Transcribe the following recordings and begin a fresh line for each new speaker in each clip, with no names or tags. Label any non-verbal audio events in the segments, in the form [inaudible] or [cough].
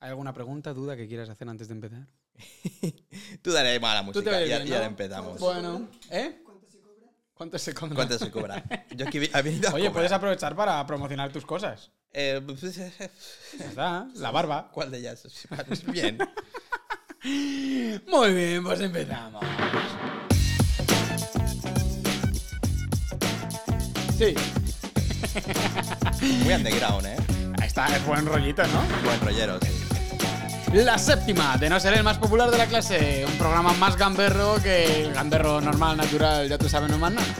¿Hay alguna pregunta, duda que quieras hacer antes de empezar?
Tú daré mala música
ves
y ya,
bien,
ya
¿no?
la empezamos.
Bueno, ¿eh? ¿Cuánto se cobra?
¿Cuánto se cobra? Yo aquí vi-
[laughs]
ha venido a
Oye,
cobrar.
puedes aprovechar para promocionar tus cosas.
Eh, pues, [laughs]
Ya está, la barba.
¿Cuál de ellas? [laughs] Bien.
Muy bien, pues empezamos. Sí,
Muy underground, ¿eh?
ahí está, es buen rollito, ¿no?
Buen rollero, sí.
La séptima, de no ser el más popular de la clase. Un programa más gamberro que el gamberro normal, natural, ya tú sabes, no es
[laughs]
más nada.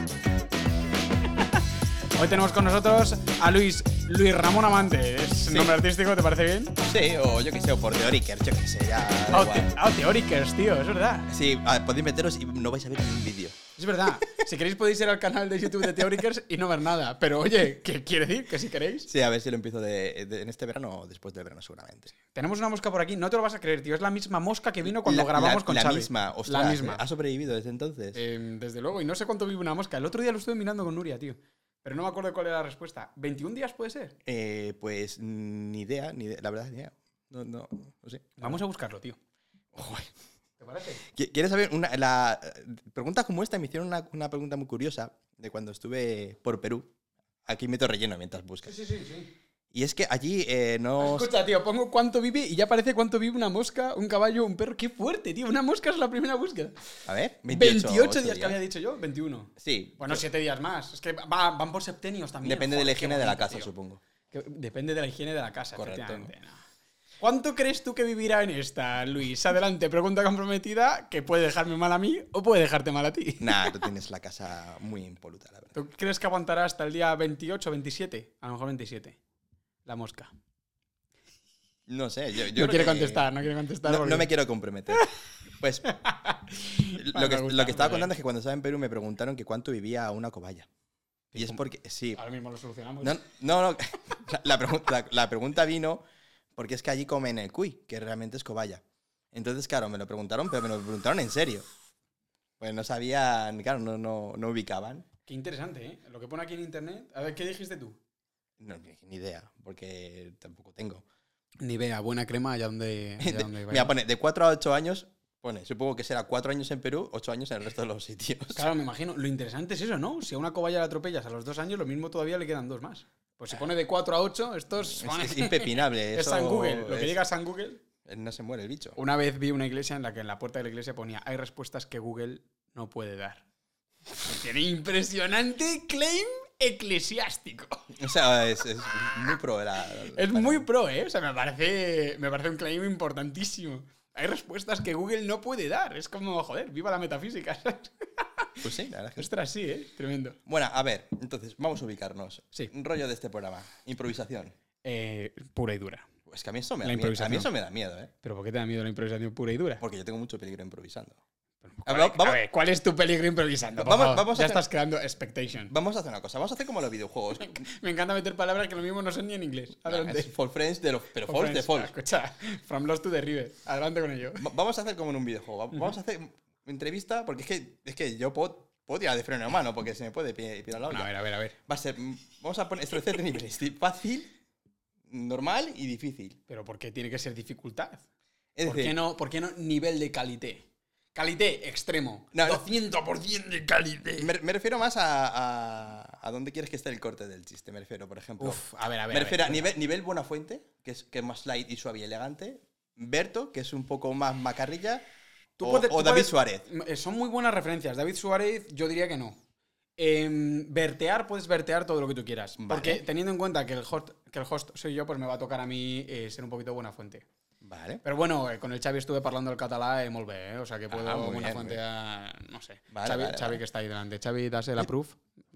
Hoy tenemos con nosotros a Luis, Luis Ramón Amante. ¿Es un nombre artístico? ¿Te parece bien?
Sí, o yo qué sé, o por Teoriker, yo qué sé, ya. da
Ah,
igual.
te- ah, Teóricers, tío, es verdad.
Sí, ah, podéis meteros y no vais a ver ni un vídeo.
Es verdad. Si queréis podéis ir al canal de YouTube de Teóricers y no ver nada. Pero oye, ¿qué quiere decir? Que si queréis.
Sí, a ver si lo empiezo de, de- en este verano o después del verano, seguramente.
Tenemos una mosca por aquí, no te lo vas a creer, tío. Es la misma mosca que vino cuando
La-
grabamos
la-
con
La
Xavi.
misma, ostras. eh.
La misma.
¿Ha sobrevivido desde entonces?
Eh, desde luego, y no sé cuánto vive una mosca. El otro día lo estuve mirando con Nuria, tío. Pero no me acuerdo cuál era la respuesta. ¿21 días puede ser?
Eh, pues ni idea, ni idea. La verdad, ni idea. No, no, no sé.
Vamos a buscarlo, tío. ¿Te parece?
Qui- ¿Quieres saber? Una, la, preguntas como esta me hicieron una, una pregunta muy curiosa de cuando estuve por Perú. Aquí meto relleno mientras buscas.
sí, sí, sí.
Y es que allí eh, no...
Escucha, tío, pongo cuánto vive y ya parece cuánto vive una mosca, un caballo, un perro. ¡Qué fuerte, tío! Una mosca es la primera búsqueda.
A ver,
28,
28,
días,
ocho
que había dicho yo, 21.
Sí,
Bueno, 7 días más. Es que va- van por septenios también.
depende de
Joder,
la
qué
higiene de la
bonito,
casa,
tío.
supongo.
Que- Depende de la higiene de la casa,
Correcto.
efectivamente, no. ¿Cuánto crees tú que vivirá en esta, Luis? Adelante, pregunta comprometida que puede dejarme mal a mí o puede dejarte mal a ti.
Nah, tú tienes la casa muy impoluta, la verdad.
¿Tú crees que aguantará hasta el día 28 27? A lo mejor 27. La mosca.
No sé, yo, yo
no
creo
quiere
que-
contestar, no quiere contestar.
No, no
porque-
me quiero comprometer.
[laughs]
Pues lo, que,
me gusta,
lo que estaba
vale.
contando es que cuando estaba en Perú me preguntaron que cuánto vivía una cobaya. Y es porque, sí,
Ahora mismo lo solucionamos.
No, no, [laughs] no. La, la pregunta, la- la pregunta vino porque es que allí comen el cuy, que realmente es cobaya. Entonces, claro, me lo preguntaron, pero me lo preguntaron en serio. Pues no sabían, claro, no, no, no ubicaban.
Qué interesante, ¿eh? Lo que pone aquí en internet. A ver, ¿qué dijiste tú?
No, ni ni idea, porque tampoco tengo.
Ni vea, buena crema allá donde,
[laughs]
allá
De-
donde
mira, pone de 4 a 8 años, pone, supongo que será 4 años en Perú, 8 años en el resto de los sitios.
Claro, me imagino. Lo interesante es eso, ¿no? Si a una cobaya la atropellas a los dos años, lo mismo todavía le quedan dos más. Pues si pone de 4 a 8, estos van a-
[laughs] Eh. Es,
[laughs]
es impepinable.
Es
eso
San Google. Lo que
es-
llega a San Google.
No se muere el bicho.
Una vez vi una iglesia en la que en la puerta de la iglesia ponía hay respuestas que Google no puede dar. Tiene impresionante claim eclesiástico.
O sea, es, es muy pro. la-
[laughs] Es
para-
muy pro, ¿eh? O sea, me parece, me parece un claim importantísimo. Hay respuestas que Google no puede dar. Es como, joder, viva la metafísica. [laughs] ¿sabes?
Pues sí, la verdad es que
Ostras, sí, ¿eh? Tremendo.
Bueno, a ver, entonces, vamos a ubicarnos.
Sí.
Un Rollo de este programa. Improvisación.
Eh, pura y dura.
Es que a mí eso me
La
da miedo. A
improvisación.
mí eso me da miedo, ¿eh?
¿Pero por qué te da miedo la improvisación pura y dura?
Porque yo tengo mucho peligro improvisando.
A
A
ver,
ver,
a
vamos-
ver, ¿cuál es tu peligro improvisando? Por
Vamos-
favor,
vamos a
ya
hacer-
estás creando expectation.
Vamos a hacer una cosa. Vamos a hacer como
[laughs]
los videojuegos.
Me encanta meter palabras que lo mismo no son ni en inglés. Adelante. [laughs]
Es Fall Friends de los. Pero
Oh,
false de
friends.
false.
Escucha, from Lost to the River. Adelante con ello.
Va- Vamos a hacer como en un videojuego. Va- Vamos a hacer entrevista porque es que, es que yo puedo, puedo tirar de freno a mano porque se me puede pi- pirar la
Bueno, a
olla.
ver, a ver, a ver.
Va a ser. Vamos a poner establecer tres niveles: fácil, normal y difícil.
Pero ¿por qué tiene que ser dificultad?
Es
¿Por
decir,
qué no, por qué no nivel de calité? Calité extremo.
No, no.
200% de calité.
Me, me refiero más a, a, a dónde quieres que esté el corte del chiste. Me refiero, por ejemplo.
Uf, a ver, a ver. a
me
ver.
refiero a nivel, nivel Buenafuente, que es, que es más light y suave y elegante. Berto, que es un poco más macarrilla.
Tú
o,
puedes-
o
tú
David
puedes-
Suárez.
Eh, Son muy buenas referencias. David Suárez, yo diría que no. Em, vertear, puedes vertear todo lo que tú quieras.
Vale.
Porque teniendo en cuenta que el, host, que el host soy yo, pues me va a tocar a mí eh, ser un poquito buena fuente.
Vale.
Pero bueno, eh, con el Xavi estuve hablando el català eh, molt bé, eh? o sea que puedo
Ah, muy
una
bien,
fuente
muy
a... no sé.
Vale,
Xavi,
vale,
Xavi
vale.
que está ahí delante. Xavi, dase la proof.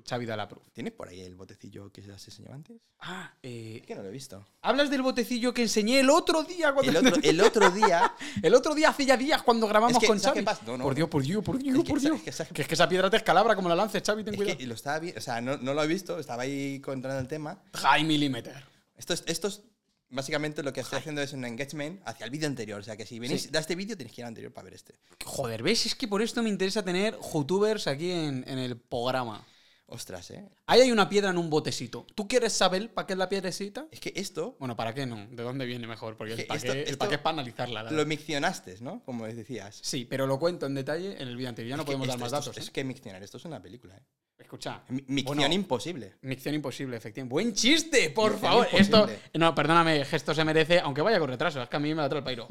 Xavi da la proof.
¿Tienes por ahí el botecillo que se enseñó antes?
Ah, eh,
Es que no lo he visto.
hablas del botecillo que enseñé el otro día cuando...
El otro, el otro día.
[laughs] El otro día, hace ya días, cuando grabamos
Es que,
con
¿sabes
Xavi.
qué pasa? No, no,
por
no.
Dios, por Dios, por Dios,
Es que
por
sa-
Dios.
es que sa-
que es que esa piedra te escalabra como la lances, Xavi, ten
Es
cuidado.
que lo estaba vi- O sea, no, no lo he visto. Estaba ahí controlando el tema.
High millimeter.
Esto es. Esto es- Básicamente lo que estoy haciendo es un engagement hacia el vídeo anterior. O sea que si venís de este vídeo tenéis que ir al anterior para ver este.
Joder, ¿ves? Es que por esto me interesa tener youtubers aquí en, en el programa.
Ostras, ¿eh?
Ahí hay una piedra en un botecito. ¿Tú quieres saber para qué es la piedrecita?
Es que esto
Bueno, ¿para qué no? ¿De dónde viene mejor? Porque
Es
el
que
para
esto-
qué el
esto
pa' qué es para analizarla. la
lo
verdad.
miccionaste, ¿no? Como decías.
Sí, pero lo cuento en detalle en el vídeo anterior. Ya no
Es que
podemos dar
esto-
más
esto-
datos.
Es que miccionar, esto es una película, ¿eh?
¿eh? Escucha.
Mi- Micción
Bueno,
imposible.
Micción imposible, efectivamente. ¡Buen chiste! ¡Por
Micción
favor!
imposible.
Esto. No, perdóname, gesto se merece, aunque vaya con retraso. Es que a mí me da todo el pairo.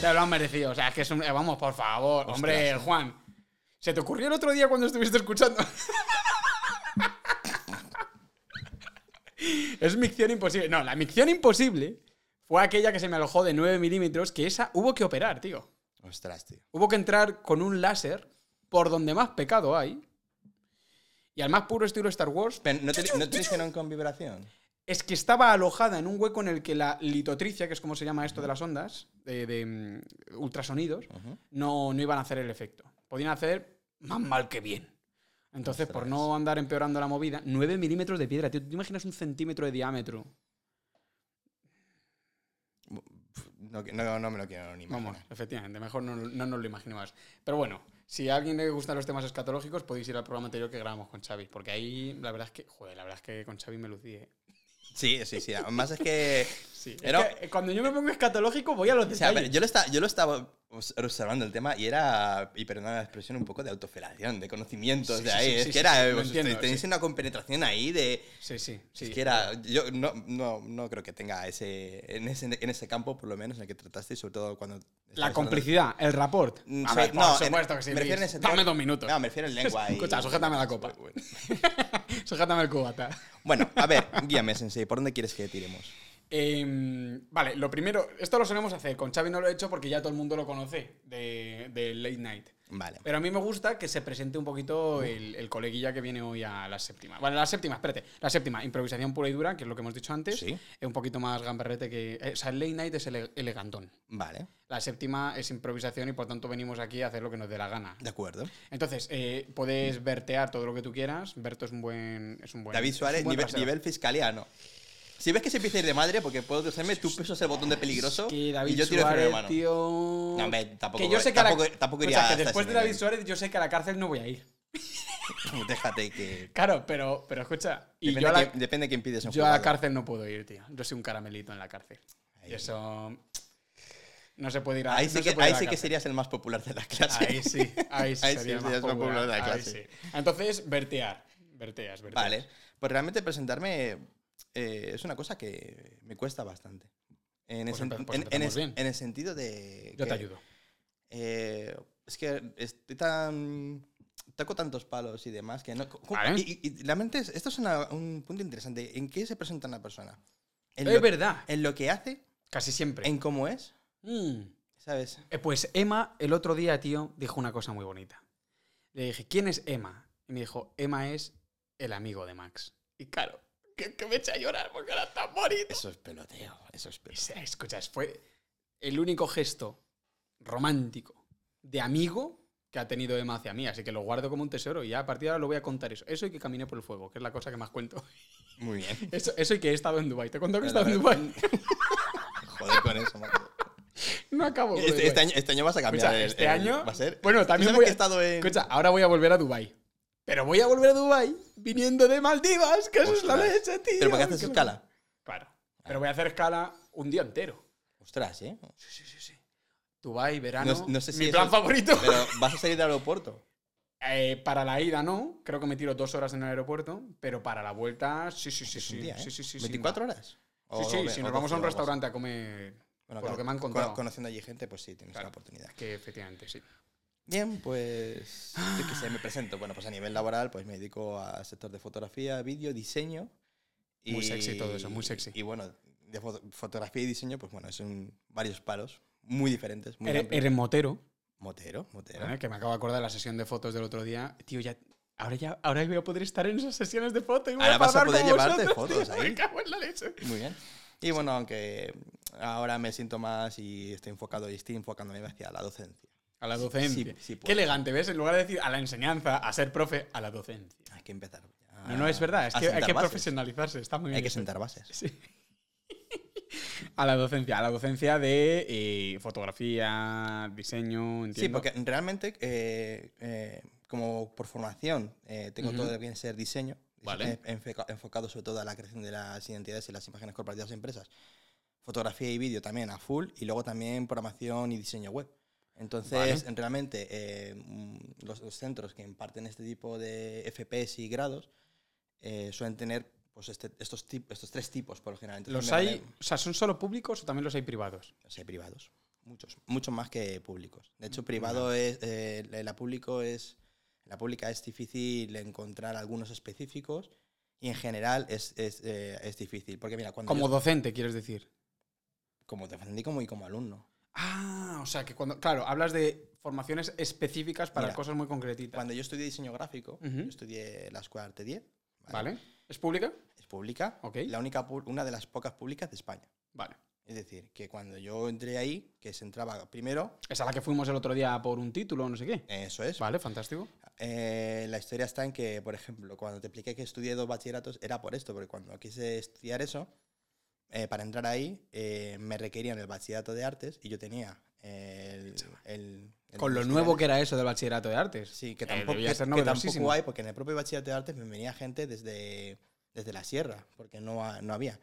Te lo han merecido. O sea, es que es un. eh, Vamos, por favor.
Ostras.
Hombre, Juan. ¿Se te ocurrió el otro día cuando estuviste escuchando? [laughs] es micción imposible. No, la micción imposible fue aquella que se me alojó de 9 milímetros, que esa hubo que operar, tío.
Ostras, tío.
Hubo que entrar con un láser por donde más pecado hay. Y al más puro estilo Star Wars,
Pero ¿No te, no te hicieron con vibración?
es que estaba alojada en un hueco en el que la litotricia, que es como se llama esto de las ondas, de, de, mm, ultrasonidos,
Ujú.
no, no iban a hacer el efecto. Podían hacer más mal que bien. Entonces, por
Ostras.
no andar empeorando la movida, 9 milímetros de piedra, tío. ¿Tú te imaginas un centímetro de diámetro?
No, que- no, no me lo quiero ni imaginar.
Vamos, efectivamente, mejor no, no nos lo imaginabas. Pero bueno, si a alguien le gustan los temas escatológicos, podéis ir al programa anterior que grabamos con Xavi, porque ahí la verdad es que, joder, la verdad es que con Xavi me lucí, eh.
Sí, sí, sí. Más es que...
Sí, es
Era-
que, eh, cuando yo me pongo escatológico voy a los
O sea, a ver,
detalles.
yo, lo estaba, yo lo estaba obs- observando el tema y era, y perdona la expresión, un poco de autofelación, de conocimientos
Sí,
de
sí,
ahí.
sí,
es
sí,
que
sí,
era,
sí, lo
vos,
entiendo,
te- tenéis
sí.
una compenetración ahí de...
Sí, sí, sí.
es que era, yo no, no, no creo que tenga ese en, ese, en ese campo, por lo menos, en el que trataste, y sobre todo cuando...
La
estabas
complicidad, el rapport.
Mm,
A
sí,
ver, por
no, en-
supuesto que sí.
me refiero
Luis.
en ese
Dame
tema.
dos minutos.
hablando- No, me refiero en lengua y...
Escucha, sujétame la copa.
Bueno.
Sujétame el cubata.
Bueno, a ver, [laughs] guíame, Sensei, ¿por dónde quieres que tiremos?
Em, vale, lo primero, esto lo solemos hacer. Con Xavi no lo he hecho porque ya todo el mundo lo conoce de, de Late Night.
Vale.
Pero a mí me gusta que se presente un poquito el, el coleguilla que viene hoy a la séptima. Vale, la séptima, espérate. La séptima, improvisación pura y dura, que es lo que hemos dicho antes.
Sí.
Es un poquito más gamberrete que. eh, o sea, el Late Night es ele- elegantón.
Vale,
La séptima es improvisación y por tanto venimos aquí a hacer lo que nos dé la gana.
de acuerdo.
Entonces, eh, puedes vertear todo lo que tú quieras. Berto es un buen. Es un buen
David
es un
Suárez,
buen
nivel,
rasero.
nivel fiscaliano. Si ves que se empieza a ir de madre, porque puedo cruzarme, tú pisas el botón de peligroso
Que David
y yo tiro de freno de
Suárez,
mano.
tío.
No, hombre, tampoco,
que yo sé que a la-
tampoco, tampoco iría
O sea, que
hasta
después
ese
de David
nivel.
Suárez, yo sé que a la cárcel no voy a ir.
Déjate que.
Claro, pero, pero escucha. Y
depende,
yo a la,
de quién- depende de quién pides un
yo a la
juzgado.
cárcel no puedo ir, tío. Yo soy un caramelito en la cárcel. Y eso. No se puede ir a
Ahí
no
sí,
se
que,
puede ir
ahí
a la
sí que
cárcel.
serías el más popular de la clase.
Ahí sí, ahí sí.
Ahí
sería
sí,
el
serías
más
más popular de la
ahí
clase.
sí. Entonces, vertear. Verteas, verteas.
[laughs] Vale. Pues realmente presentarme eh, es una cosa que me cuesta bastante. En,
Pues
el, sen-
empe- pues
en- en
empezamos
es-
bien.
en el sentido de.
Yo te
que,
ayudo.
eh, es que estoy tan. Toco tantos palos y demás que no. ¿cómo-
Vale.
Y, y- y realmente es- esto es una- un punto interesante. ¿En qué se presenta una persona? En,
Es
lo,
verdad.
en lo que hace,
Casi siempre.
en cómo es,
Mm.
¿sabes?
Eh, Pues Emma, el otro día, tío, dijo una cosa muy bonita. Le dije, ¿quién es Emma? Y me dijo, Emma es el amigo de Max. Y claro, que, que me echa a llorar porque era tan bonito.
Eso es peloteo. Eso es
O
peloteo.
sea, escucha, fue el único gesto romántico de amigo que ha tenido Emma hacia mí. Así que lo guardo como un tesoro y ya a partir de ahora lo voy a contar eso. Eso y que caminé por el fuego, que es la cosa que más cuento. [laughs]
Muy bien. [laughs]
Eso, eso y que he estado en Dubai. ¿Te he contado que he
La
estado en
verdad-
Dubai?
Joder con eso, macho.
[laughs] No acabo. con
Este,
Dubái.
este año, este año vas a cambiar.
Escucha,
el-
este
el-
año-
Va a ser.
Bueno,
Tú
también
sabes
voy
que he
a...
estado en.
Escucha, ahora voy a volver a Dubai. Pero voy a volver a Dubai viniendo de Maldivas, que eso es la
Ostras.
leche, tío.
Pero porque haces escala.
Claro. Pero voy a hacer escala un día entero.
Ostras, ¿eh?
Sí, sí, sí, sí. Dubai, verano.
No- no sé si
mi
eso
plan
es-
favorito.
Pero vas a salir del aeropuerto.
Eh, para la ida no, creo que me tiro dos horas en el aeropuerto, pero para la vuelta sí, sí, sí,
Es
sí.
un día, ¿eh?
sí, sí, sí, sin
24
más.
horas.
Sí,
O-
sí, si
o- o
nos
12
vamos a un
o algo así.
restaurante a comer,
Bueno,
por lo
claro,
que me han
cono-
contado.
Conociendo allí gente, pues sí, tienes
Claro.
la oportunidad.
que efectivamente, sí.
Bien, pues yo qué sé, me presento. Bueno, pues a nivel laboral, pues me dedico al sector de fotografía, vídeo, diseño.
Muy sexy todo eso, muy sexy.
Y bueno, de foto- fotografía y diseño, pues bueno, son varios palos, muy diferentes. Muy
Eres,
amplios.
eres Ah, motero.
Motero, motero.
Ahora Que me acabo de acordar de la sesión de fotos del otro día. Tío, ya. Ahora ya ahora voy a poder estar en esas sesiones de fotos.
Ahora vas a poder llevarte
[laughs]
fotos ahí.
Me cago en la leche.
Muy bien. Y bueno, aunque ahora me siento más y estoy enfocado y estoy enfocándome hacia la docencia.
A la docencia.
sí puedo.
Qué elegante, ¿ves? En lugar de decir a la enseñanza, a ser profe, a la docencia.
Hay que empezar. a-
No, no, es verdad. Es
Ah, a
que hay
sentar
que
bases.
profesionalizarse. Está muy bien.
Hay que
eso.
sentar bases.
Sí. [laughs] A la docencia. A la docencia de eh, fotografía, diseño, entiendo.
Sí, porque realmente eh, eh, como por formación, eh, tengo
Ujú.
todo lo que viene a ser diseño,
Vale.
eh, enfoca- enfocado sobre todo a la creación de las identidades y las imágenes corporativas de empresas. Fotografía y vídeo también a full, y luego también programación y diseño web. Entonces,
Vale.
en- realmente, eh, mm, los, los centros que imparten este tipo de FPS y grados eh, suelen tener pues, este- estos, tip- estos tres tipos, por lo general. Entonces,
¿Los
me
hay,
vale-
o sea, son solo públicos o también los hay privados?
o sea, privados. Muchos. Muchos más que públicos.
Mm,
De hecho, privado es. eh, la- la público es. La pública es difícil encontrar algunos específicos. Y en general es, es, eh, es difícil. Porque mira, cuando.
Como
yo-
docente, quieres decir.
como defendí como y como alumno.
Ah, o sea, que cuando. Claro, hablas de formaciones específicas para
Mira,
cosas muy concretitas.
Cuando yo estudié diseño gráfico,
Ujú.
yo estudié la escuela de arte 10.
¿Vale? ¿Es pública?
Es pública.
Ok.
La única, pu- una de las pocas públicas de España.
Vale.
Es decir, que cuando yo entré ahí, que se entraba primero,
Esa la que fuimos el otro día por un título, no sé qué.
eso es,
Vale, fantástico.
Eh, la historia está en que, por ejemplo, cuando te expliqué que estudié dos bachilleratos, era por esto, porque cuando quise estudiar eso, eh, para entrar ahí, eh, me requerían el bachillerato de artes y yo tenía el. el- el
Con lo
bachillerato.
nuevo que era eso del bachillerato de artes.
Sí, que
Eh,
tampoco,
debía
que-
ser
que
novedosísimo.
tampoco hay, porque en el propio bachillerato de artes me venía gente desde, desde la sierra, porque no, ha- no había.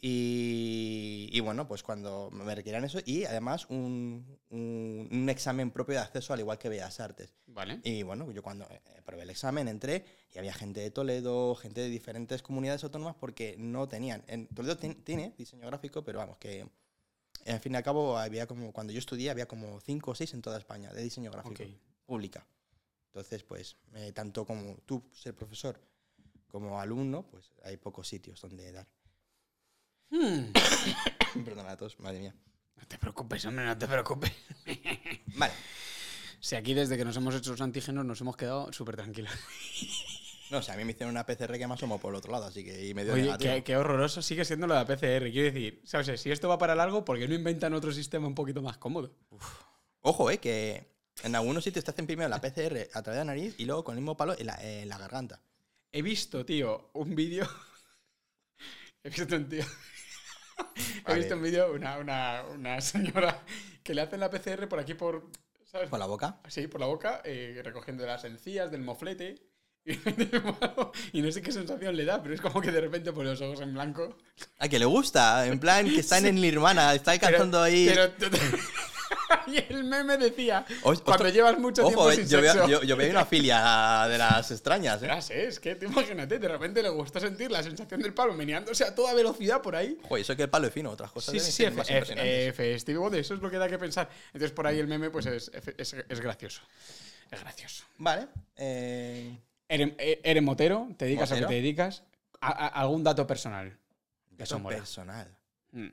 Y, y bueno, pues cuando me requerían eso, y además un, un- un examen propio de acceso, al igual que Bellas Artes.
Vale.
Y bueno, yo cuando eh, probé el examen entré y había gente de Toledo, gente de diferentes comunidades autónomas porque no tenían. En Toledo ti- tiene diseño gráfico, pero vamos, que eh, al fin y al cabo había como, cuando yo estudié había como cinco o seis en toda España de diseño
Ok.
gráfico, pública. Entonces, pues, eh, tanto como tú ser profesor como alumno, pues hay pocos sitios donde dar. [coughs]
Hmm.
Perdona la tos, madre mía.
No te preocupes, hombre, no te preocupes.
Vale,
Si aquí desde que nos hemos hecho los antígenos nos hemos quedado súper tranquilos.
no, o sea, a mí me hicieron una PCR que me asomó por el otro lado, así que y me dio
Oye,
negativo.
qué, qué horroroso sigue siendo lo de la PCR. Quiero decir, ¿sabes? eh, Si esto va para largo, ¿por qué no inventan otro sistema un poquito más cómodo?
Ojo, eh, que en algunos sitios te hacen primero la PCR a través de la nariz y luego con el mismo palo en la, en la garganta.
He visto, tío, un vídeo. [laughs] He visto un tío. [laughs] He
A
visto
ver.
un vídeo, una, una, una señora que le hacen la PCR por aquí, por. ¿Sabes?
Con la boca.
Así, por la boca, eh, recogiendo las encías del moflete. [laughs] Y no sé qué sensación le da, pero es como que de repente pone los ojos en blanco.
A que le gusta, en plan
[laughs]
que están en Nirvana, está cantando ahí.
Pero- [laughs] y el meme decía:
Os-
Cuando
ostras,
llevas mucho tiempo
Ojo, eh,
sin
yo, veo,
sexo.
yo, yo
[laughs]
veo una filia de las extrañas, eh.
Ostras, eh, es que te imagínate, de repente le gustó sentir la sensación del palo meneándose a toda velocidad por ahí.
Ojo, y eso que el palo es fino, otras cosas
Sí,
deben
sí, sí, eh,
ser
F,
más
F,
impresionantes.
F, Stevie Wonder, eso es lo que da que pensar. Entonces por ahí el meme pues es, es, es gracioso. Es gracioso.
Vale. eh,
Eren, eh, Eren Motero, ¿te dedicas a
Motero.
qué te dedicas? A, a- algún dato personal. Eso
dato
mola.
personal.
Mm.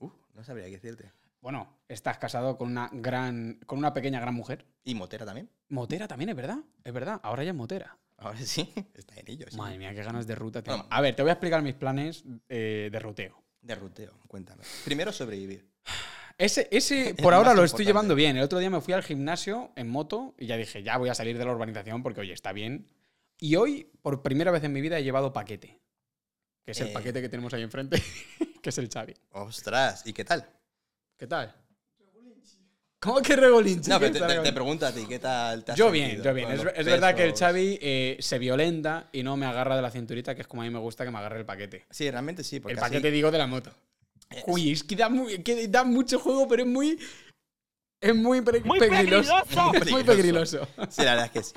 Uh, no sabría qué decirte.
Bueno, estás casado con una gran, con una pequeña gran mujer.
Y Motera también.
Motera también, es verdad, es verdad. Ahora ya es Motera.
Ahora Pues sí, [laughs] está en ellos.
Madre mía, qué ganas de ruta. tengo.
Bueno.
A ver, te voy a explicar mis planes eh, de ruteo.
De ruteo, cuéntame. Primero sobrevivir.
Ese, ese
[laughs] Es
por ahora
más
lo estoy
importante.
llevando bien. El otro día me fui al gimnasio en moto y ya dije, ya voy a salir de la urbanización porque, oye, está bien. Y hoy, por primera vez en mi vida, he llevado paquete. Que es el
Eh.
paquete que tenemos ahí enfrente, [laughs] que es el Xavi.
Ostras, ¿y qué tal?
¿Qué tal? ¿Cómo que regolinchi?
No,
¿Qué
pero
está
te, te, te
regolinchi?
pregunto a ti, ¿qué tal te has
yo bien,
sentido
yo bien.
con
Es,
los
es verdad que el
pesos?
Xavi eh, se violenta y no me agarra de la cinturita, que es como a mí me gusta que me agarre el paquete.
Sí, realmente sí, porque
el
así-
paquete, digo, de la moto.
Eh,
Uy, es que da, muy- que da mucho juego, pero es muy... Es muy, pre- pegriloso. [laughs] Es muy pegriloso.
Sí, la verdad es que sí.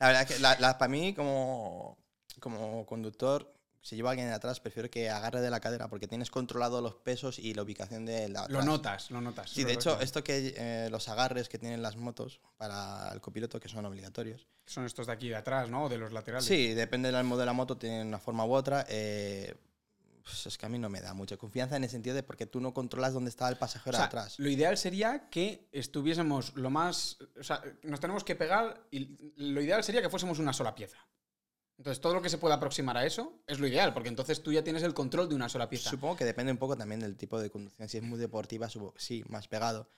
La verdad es que la- la- para mí, como, como conductor, si llevo a alguien atrás, prefiero que agarre de la cadera porque tienes controlado los pesos y la ubicación de la
Lo
atrás.
notas, lo notas.
Sí, de hecho, esto que eh, los agarres que tienen las motos para el copiloto, que son obligatorios.
Son estos de aquí de atrás, ¿no? De los laterales.
Sí, depende del modelo de la moto, tienen una forma u otra. eh, pues es que a mí no me da mucha confianza en el sentido de porque tú no controlas dónde está el
O
pasajero
sea,
atrás.
Lo ideal sería que estuviésemos lo más. O sea, nos tenemos que pegar y lo ideal sería que fuésemos una sola pieza. Entonces, todo lo que se pueda aproximar a eso es lo ideal, porque entonces tú ya tienes el control de una sola pieza.
Supongo que depende un poco también del tipo de conducción. Si es muy deportiva, supongo, sí, más pegado.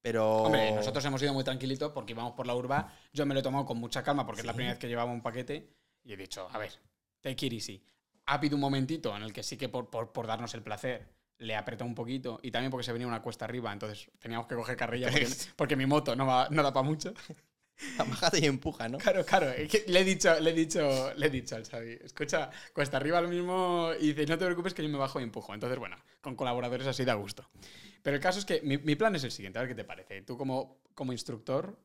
Pero.
Hombre,
[laughs]
nosotros hemos ido muy tranquilitos porque íbamos por la urba. Yo me lo he tomado con mucha calma porque es la
Sí.
primera vez que llevaba un paquete y he dicho, a ver, take it easy. Ha habido un momentito en el que sí que por, por- por darnos el placer le apretó un poquito y también porque se venía una cuesta arriba, entonces teníamos que coger carrilla porque, porque mi moto no, va- no da para mucho.
Amajate y empuja, ¿no?
Claro, claro. es que le he dicho, le he dicho, le he dicho al Xavi. Escucha, cuesta arriba lo mismo y dice, no te preocupes que yo me bajo y empujo. Entonces, bueno, con colaboradores así da gusto. Pero el caso es que mi, mi plan es el siguiente, a ver qué te parece. Tú como, como instructor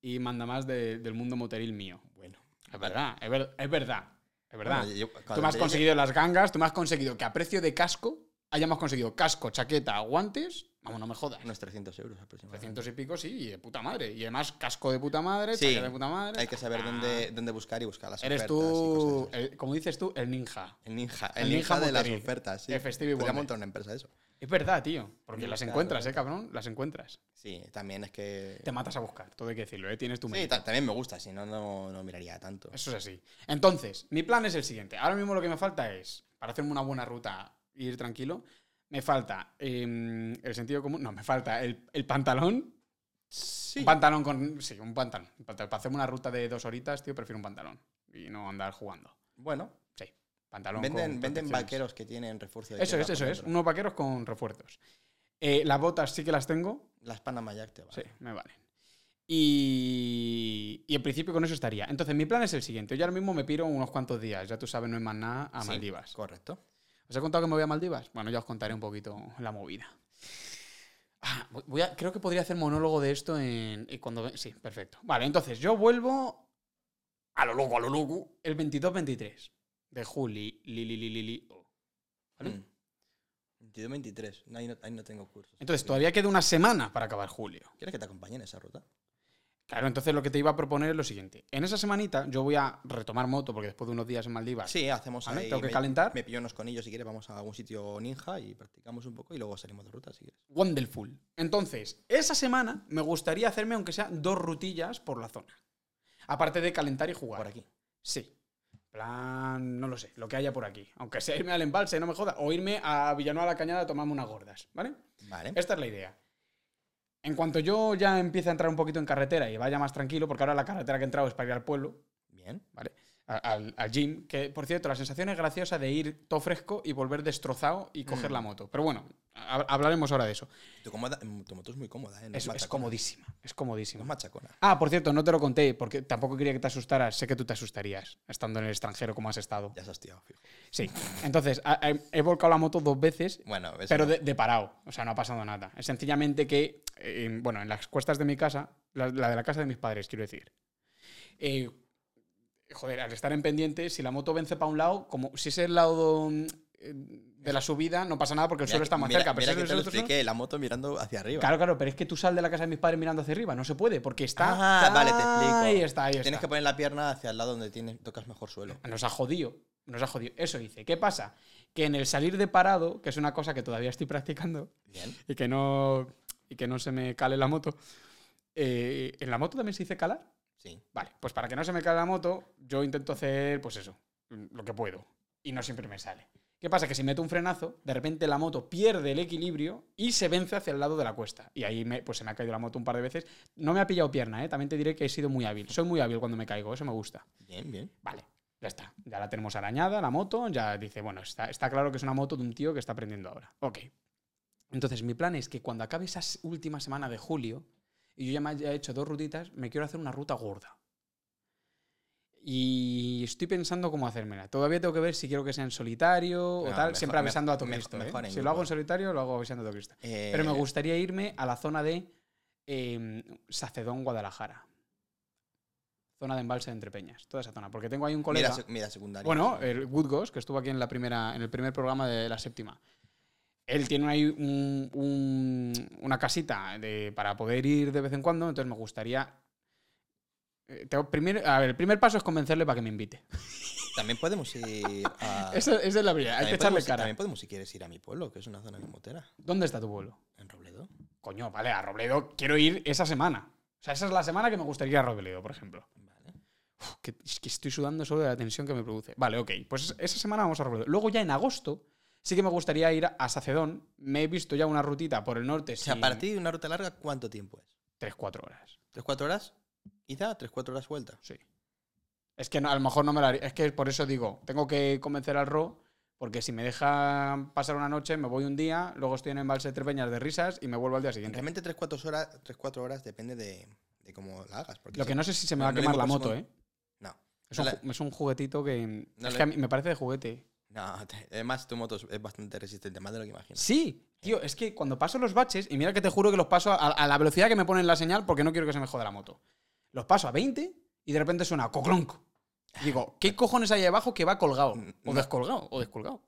y manda más de- del mundo moteril mío. Bueno, es verdad, es, ver- es verdad, es verdad.
Bueno, yo-
tú
cuando
me has
te-
conseguido las gangas, tú me has conseguido que a precio de casco hayamos conseguido casco, chaqueta, guantes. Vamos, no me jodas.
Unos 300 euros aproximadamente.
300 y pico, sí, y de puta madre. Y además, casco de puta madre,
Sí,
chaqueta de puta madre.
Hay que saber dónde, dónde buscar y buscar las
Ah. Eres
ofertas. y
tú,
cosas de esas.
el- como dices tú, el ninja.
El ninja.
el
El ninja
ninja
de las
Monterrey.
ofertas, sí.
Efectivo y
Podría
bueno.
montar una empresa de eso.
Es verdad, tío. Porque
El
las
ninja,
encuentras,
correcto.
eh, cabrón. Las encuentras.
Sí, también es que...
Te matas a buscar, todo hay que decirlo, eh. Tienes tu
Sí,
mérito.
ta- también me gusta, si no, no, no miraría tanto.
Eso es así. Entonces, mi plan es el siguiente. Ahora mismo lo que me falta es, para hacerme una buena ruta e ir tranquilo, me falta eh, el sentido común. No, me falta el, el pantalón.
Sí.
Un pantalón con. Sí, un pantalón. Un pantalón. Para hacerme una ruta de dos horitas, tío, prefiero un pantalón. Y no andar jugando.
Bueno,
Pantalón
venden,
con
venden
protecciones.
vaqueros que tienen refuerzo de
Eso
tierra
es,
por
eso es.
dentro.
Unos vaqueros con refuerzos. Eh, las botas sí que las tengo.
Las Panama Jack te
Sí,
valen.
me valen. Y, y en principio con eso estaría. Entonces, mi plan es el siguiente. Yo ahora mismo me piro unos cuantos días, ya tú sabes, no es más nada, a
Sí,
Maldivas.
Correcto.
¿Os he contado que me voy a Maldivas? Bueno, ya os contaré un poquito la movida. Ah, voy- voy a- creo que podría hacer monólogo de esto en, y cuando... ve- Sí, perfecto. Vale, entonces yo vuelvo a lo loco, a lo loco, el 22-23 de julio. Li, li, li, li, li.
Oh,
¿Vale?
Mm. 22, 23. No, ahí, no, ahí no tengo cursos.
Entonces,
Sí.
todavía queda una semana para acabar julio.
¿Quieres que te acompañe en esa ruta?
Claro, entonces lo que te iba a proponer es lo siguiente. En esa semanita yo voy a retomar moto, porque después de unos días en Maldivas
Sí, hacemos
¿Vale?
ahí-
tengo que
me-
calentar.
Me pillo unos conillos si quieres, vamos a algún sitio ninja y practicamos un poco y luego salimos de ruta si quieres.
Wonderful. Entonces, esa semana me gustaría hacerme, aunque sea, dos rutillas por la zona. Aparte de calentar y jugar.
Por aquí.
Sí. Plan, no lo sé, lo que haya por aquí. Aunque sea irme al embalse, no me joda. O irme a Villanueva la Cañada a tomarme unas gordas, ¿vale?
Vale.
Esta es la idea. En cuanto yo ya empiece a entrar un poquito en carretera y vaya más tranquilo, porque ahora la carretera que he entrado es para ir al pueblo,
Bien.
a- al, al gym, que por cierto, la sensación es graciosa de ir todo fresco y volver destrozado y coger
Mm.
la moto. Pero bueno, ha- hablaremos ahora de eso.
Tu, cómoda- mm, tu moto es muy cómoda, ¿eh? No
Es, es
machacona.
comodísima, es
No
comodísima.
es machacona.
Ah, por cierto, no te lo conté porque tampoco quería que te asustaras. Sé que tú te asustarías estando en el extranjero como has estado.
Ya se ha hostiado, fijo.
Sí. Entonces, a- a- he volcado la moto dos veces,
Bueno, eso
pero
no.
de, de parado. O sea, no ha pasado nada. Es sencillamente que, eh, bueno, en las cuestas de mi casa, la, la de la casa de mis padres, quiero decir. eh, joder, al estar en pendiente, si la moto vence para un lado, como si es el lado mm, eh, de la subida, no pasa nada porque el
Mira
suelo
que-
está más
mira-
cerca. Pero
mira
si
que
es
te
el
lo
otro suelo-
expliqué, la moto mirando hacia arriba.
Claro, claro, pero es que tú sal de la casa de mis padres mirando hacia arriba, no se puede, porque está.
Ah, vale, te explico.
Ahí está, ahí está.
Tienes que poner la pierna hacia el lado donde tienes, tocas
[laughs]
mejor suelo.
Nos ha jodido. Nos ha jodido. Eso hice. ¿Qué pasa? Que en el salir de parado, que es una cosa que todavía estoy practicando
Bien.
y que no, y que no se me cale la moto. eh, ¿En la moto también se dice calar?
Sí.
Vale, pues para que no se me cale la moto, yo intento hacer, pues eso, lo que puedo. Y no siempre me sale. ¿Qué pasa? Que si meto un frenazo, de repente la moto pierde el equilibrio y se vence hacia el lado de la cuesta. Y ahí me- pues se me ha caído la moto un par de veces. No me ha pillado pierna, ¿eh? También te diré que he sido muy hábil. Soy muy hábil cuando me caigo, eso me gusta.
Bien, bien.
Vale, ya está. Ya la tenemos arañada, la moto. Ya dice, bueno, está, está claro que es una moto de un tío que está aprendiendo ahora. Ok. Entonces, mi plan es que cuando acabe esa s- última semana de julio, y yo ya me haya hecho dos rutitas, me quiero hacer una ruta gorda. Y estoy pensando cómo hacérmela. Todavía tengo que ver si quiero que sea en solitario o
No,
tal,
Ah, mejor-
siempre avisando a todo
mejor-
Cristo. ¿eh?
mejor en
Si lo hago
grupo.
en solitario, lo hago avisando a todo Cristo.
Eh,
Pero me gustaría irme a la zona de eh, Sacedón, Guadalajara. Zona de embalse de Entrepeñas, toda esa zona. Porque tengo ahí un colega.
Mira, sec- mira secundaria.
Bueno, el Good Ghost, que estuvo aquí en, la primera, en el primer programa de la séptima. Él tiene ahí un- un- una casita de- para poder ir de vez en cuando, entonces me gustaría. eh, tengo primer- a ver, el primer paso es convencerle para que me invite.
También podemos
[laughs]
ir a...
Esa, esa es la primera, hay que echarle
Ah. también podemos ir-
cara.
También podemos, si quieres, ir a mi pueblo, que es una zona camotera,
¿Dónde está tu pueblo?
en Robledo.
Coño, vale, a Robledo quiero ir esa semana. O sea, esa es la semana que me gustaría ir a Robledo, por ejemplo.
Vale.
que, es que estoy sudando solo de la tensión que me produce. Vale, ok. Pues esa semana vamos a Robledo. Luego ya en agosto sí que me gustaría ir a Sacedón. Me he visto ya una rutita por el norte.
O sea, para ti una ruta larga, ¿cuánto tiempo es?
3-4 horas.
¿Tres, cuatro horas? Quizá tres, cuatro horas vuelta.
Sí. Es que no- a lo mejor no me la haría. Es que por eso digo, tengo que convencer al Ro. Porque si me deja pasar una noche, me voy un día, luego estoy en embalse de Tres Peñas de risas y me vuelvo al día siguiente.
Realmente tres, cuatro horas, tres, cuatro horas depende de, de cómo la hagas. porque
Lo
eso-
que no sé es si se me va a
no le
quemar la
hemos
moto,
puesto-
¿eh?
No.
Es un,
No
ju- es un juguetito que.
No
es
le-
que a mí me parece de juguete.
No, te- además tu moto es- es bastante resistente, más de lo que imaginas.
Sí, tío, es que cuando paso los baches, y mira que te juro que los paso a, a la velocidad que me ponen la señal porque no quiero que se me joda la moto. Los paso a 20 y de repente suena coclonc. Y Digo,
[laughs]
¿qué cojones hay ahí abajo que va colgado? O
No.
descolgado, o descolgado.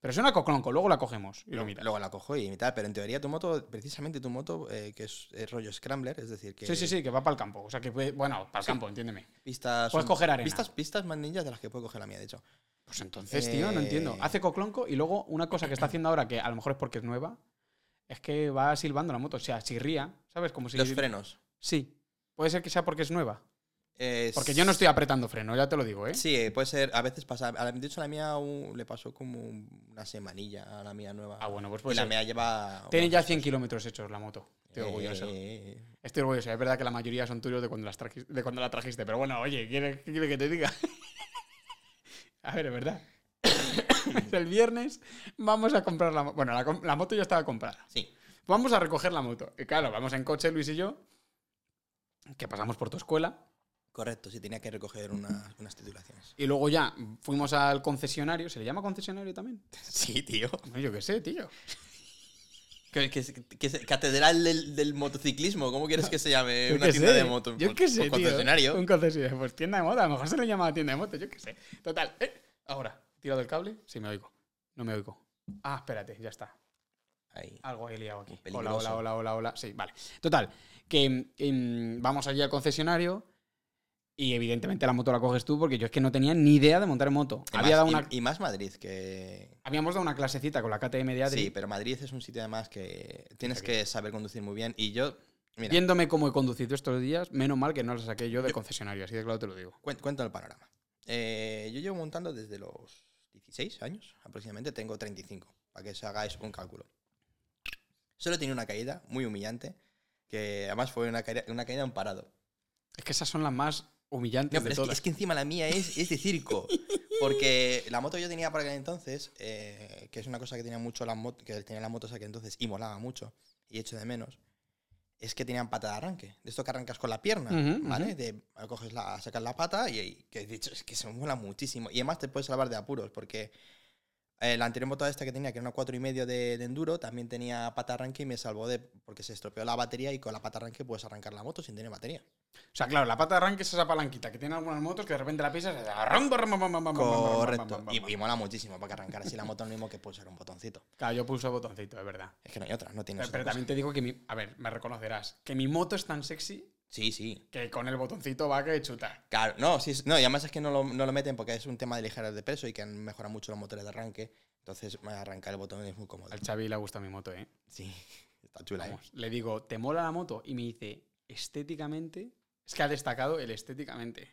Pero suena coclonco, luego la cogemos y lo miras.
Luego la cojo y tal, pero en teoría tu moto, precisamente tu moto, eh, que es, es rollo scrambler, es decir, que
Sí, sí, sí, que va para el campo. O sea, que puede, bueno, para el
Sí.
campo, entiéndeme.
pistas...
Puedes
son-
coger arena.
Pistas, pistas más ninjas de las que puede coger la mía, de hecho.
Pues entonces, tío, no entiendo.
Eh.
Hace coclonco y luego una cosa que está haciendo ahora, que a lo mejor es porque es nueva, es que va silbando la moto. O sea, chirría, ¿sabes? Como si.
Los frenos.
Sí. Puede ser que sea porque es nueva.
Eh,
Porque yo no estoy apretando freno, ya te lo digo, ¿eh?
Sí, eh, puede ser, a veces pasa, a la- de hecho a la mía un- le pasó como un- una semanilla a la mía nueva.
Ah, bueno, pues
y
pues.
la mía lleva...
Tiene
unos-
ya 100 kilómetros hechos la moto. Estoy
Eh,
orgulloso.
eh, eh.
Estoy orgulloso. Es verdad que la mayoría son tuyos de cuando, las trajis- de cuando la trajiste. Pero bueno, oye, ¿quiere- ¿qué quiere que te diga? [laughs] a ver, es verdad. [coughs] El viernes vamos a comprar la moto. Bueno, la, com- la moto ya estaba comprada.
Sí,
Vamos a recoger la moto. Y claro, vamos en coche, Luis y yo, que pasamos por tu escuela.
correcto, sí, tenía que recoger unas,
[laughs]
unas titulaciones.
Y luego ya fuimos al concesionario. ¿Se le llama concesionario también?
Sí, tío.
No, yo qué sé, tío.
Que, que, que es catedral del, del motociclismo, ¿cómo quieres que se llame?
Yo
Una
qué
tienda
sé.
de motos.
Yo
Pues-
qué
pues
sé, tío.
concesionario.
Un concesionario. Pues tienda de moda. A lo mejor se le llamaba tienda de moto. Yo qué sé. Total. eh, Ahora, tiro del cable. Sí, me oigo. No me oigo. Ah, espérate, ya está.
Ahí.
Algo he liado aquí. Hola,
Peligroso.
hola, hola, hola, hola. Sí, vale. Total, que em, vamos allí al concesionario y evidentemente la moto la coges tú porque yo es que no tenía ni idea de montar moto.
Y
Había
más-
dado
y-
una,
y, más Madrid, que...
habíamos dado una clasecita con la KTM de Adri,
Sí, pero Madrid es un sitio además que tienes que saber conducir muy bien. Y yo, mira,
viéndome cómo he conducido estos días, menos mal que no la saqué yo de concesionario, así de claro te lo digo.
cuen- cuento el panorama. Eh, yo llevo montando desde los 16 años, aproximadamente tengo 35, para que os hagáis un cálculo. Solo tenía una caída muy humillante, que además fue una caída, una caída en parado.
Es que esas son las más humillantes
No, pero
de
es que- es
todas.
que, encima la mía es, es de circo. Porque la moto que yo tenía para aquel entonces, eh, que es una cosa que tenía mucho las motos, que tenía las motos aquel entonces y molaba mucho, y echo de menos, es que tenían pata de arranque. De esto que arrancas con la pierna,
Ujú,
¿vale?
ujú.
De coges la, sacas la pata y, y que de hecho es que se mola muchísimo. Y además te puedes salvar de apuros, porque eh, la anterior moto esta que tenía, que era una 4,5 de, de enduro, también tenía pata de arranque y me salvó de. porque se estropeó la batería y con la pata de arranque puedes arrancar la moto sin tener batería.
O sea, claro, la pata de arranque es esa palanquita que tiene algunas motos que de repente la pisas y hace rom, rom, rom, rom, rom, rom, rom,
Correcto.
rom, rom,
Y, y
rom.
mola muchísimo porque arrancar así la moto no mismo que pulsar un botoncito.
Claro, yo pulso botoncito, es verdad.
Es que no pues hay otra, no tienes
Pero, pero
otra
también te digo que mi. A ver, me reconocerás. Que mi moto es tan sexy
cosa. Sí, sí.
que con el botoncito va que chuta.
Claro, no, sí, sí, no, y además es que no lo, no lo meten porque es un tema de ligeras de peso y que han mejorado mucho los motores de arranque. Entonces, arrancar el botón es muy cómodo.
Al Xavi le gusta mi moto, ¿eh?
Sí, [laughs] está chula. ¿eh?
Vamos, le digo, ¿te mola la moto? Y me dice, estéticamente. Es que ha destacado el estéticamente.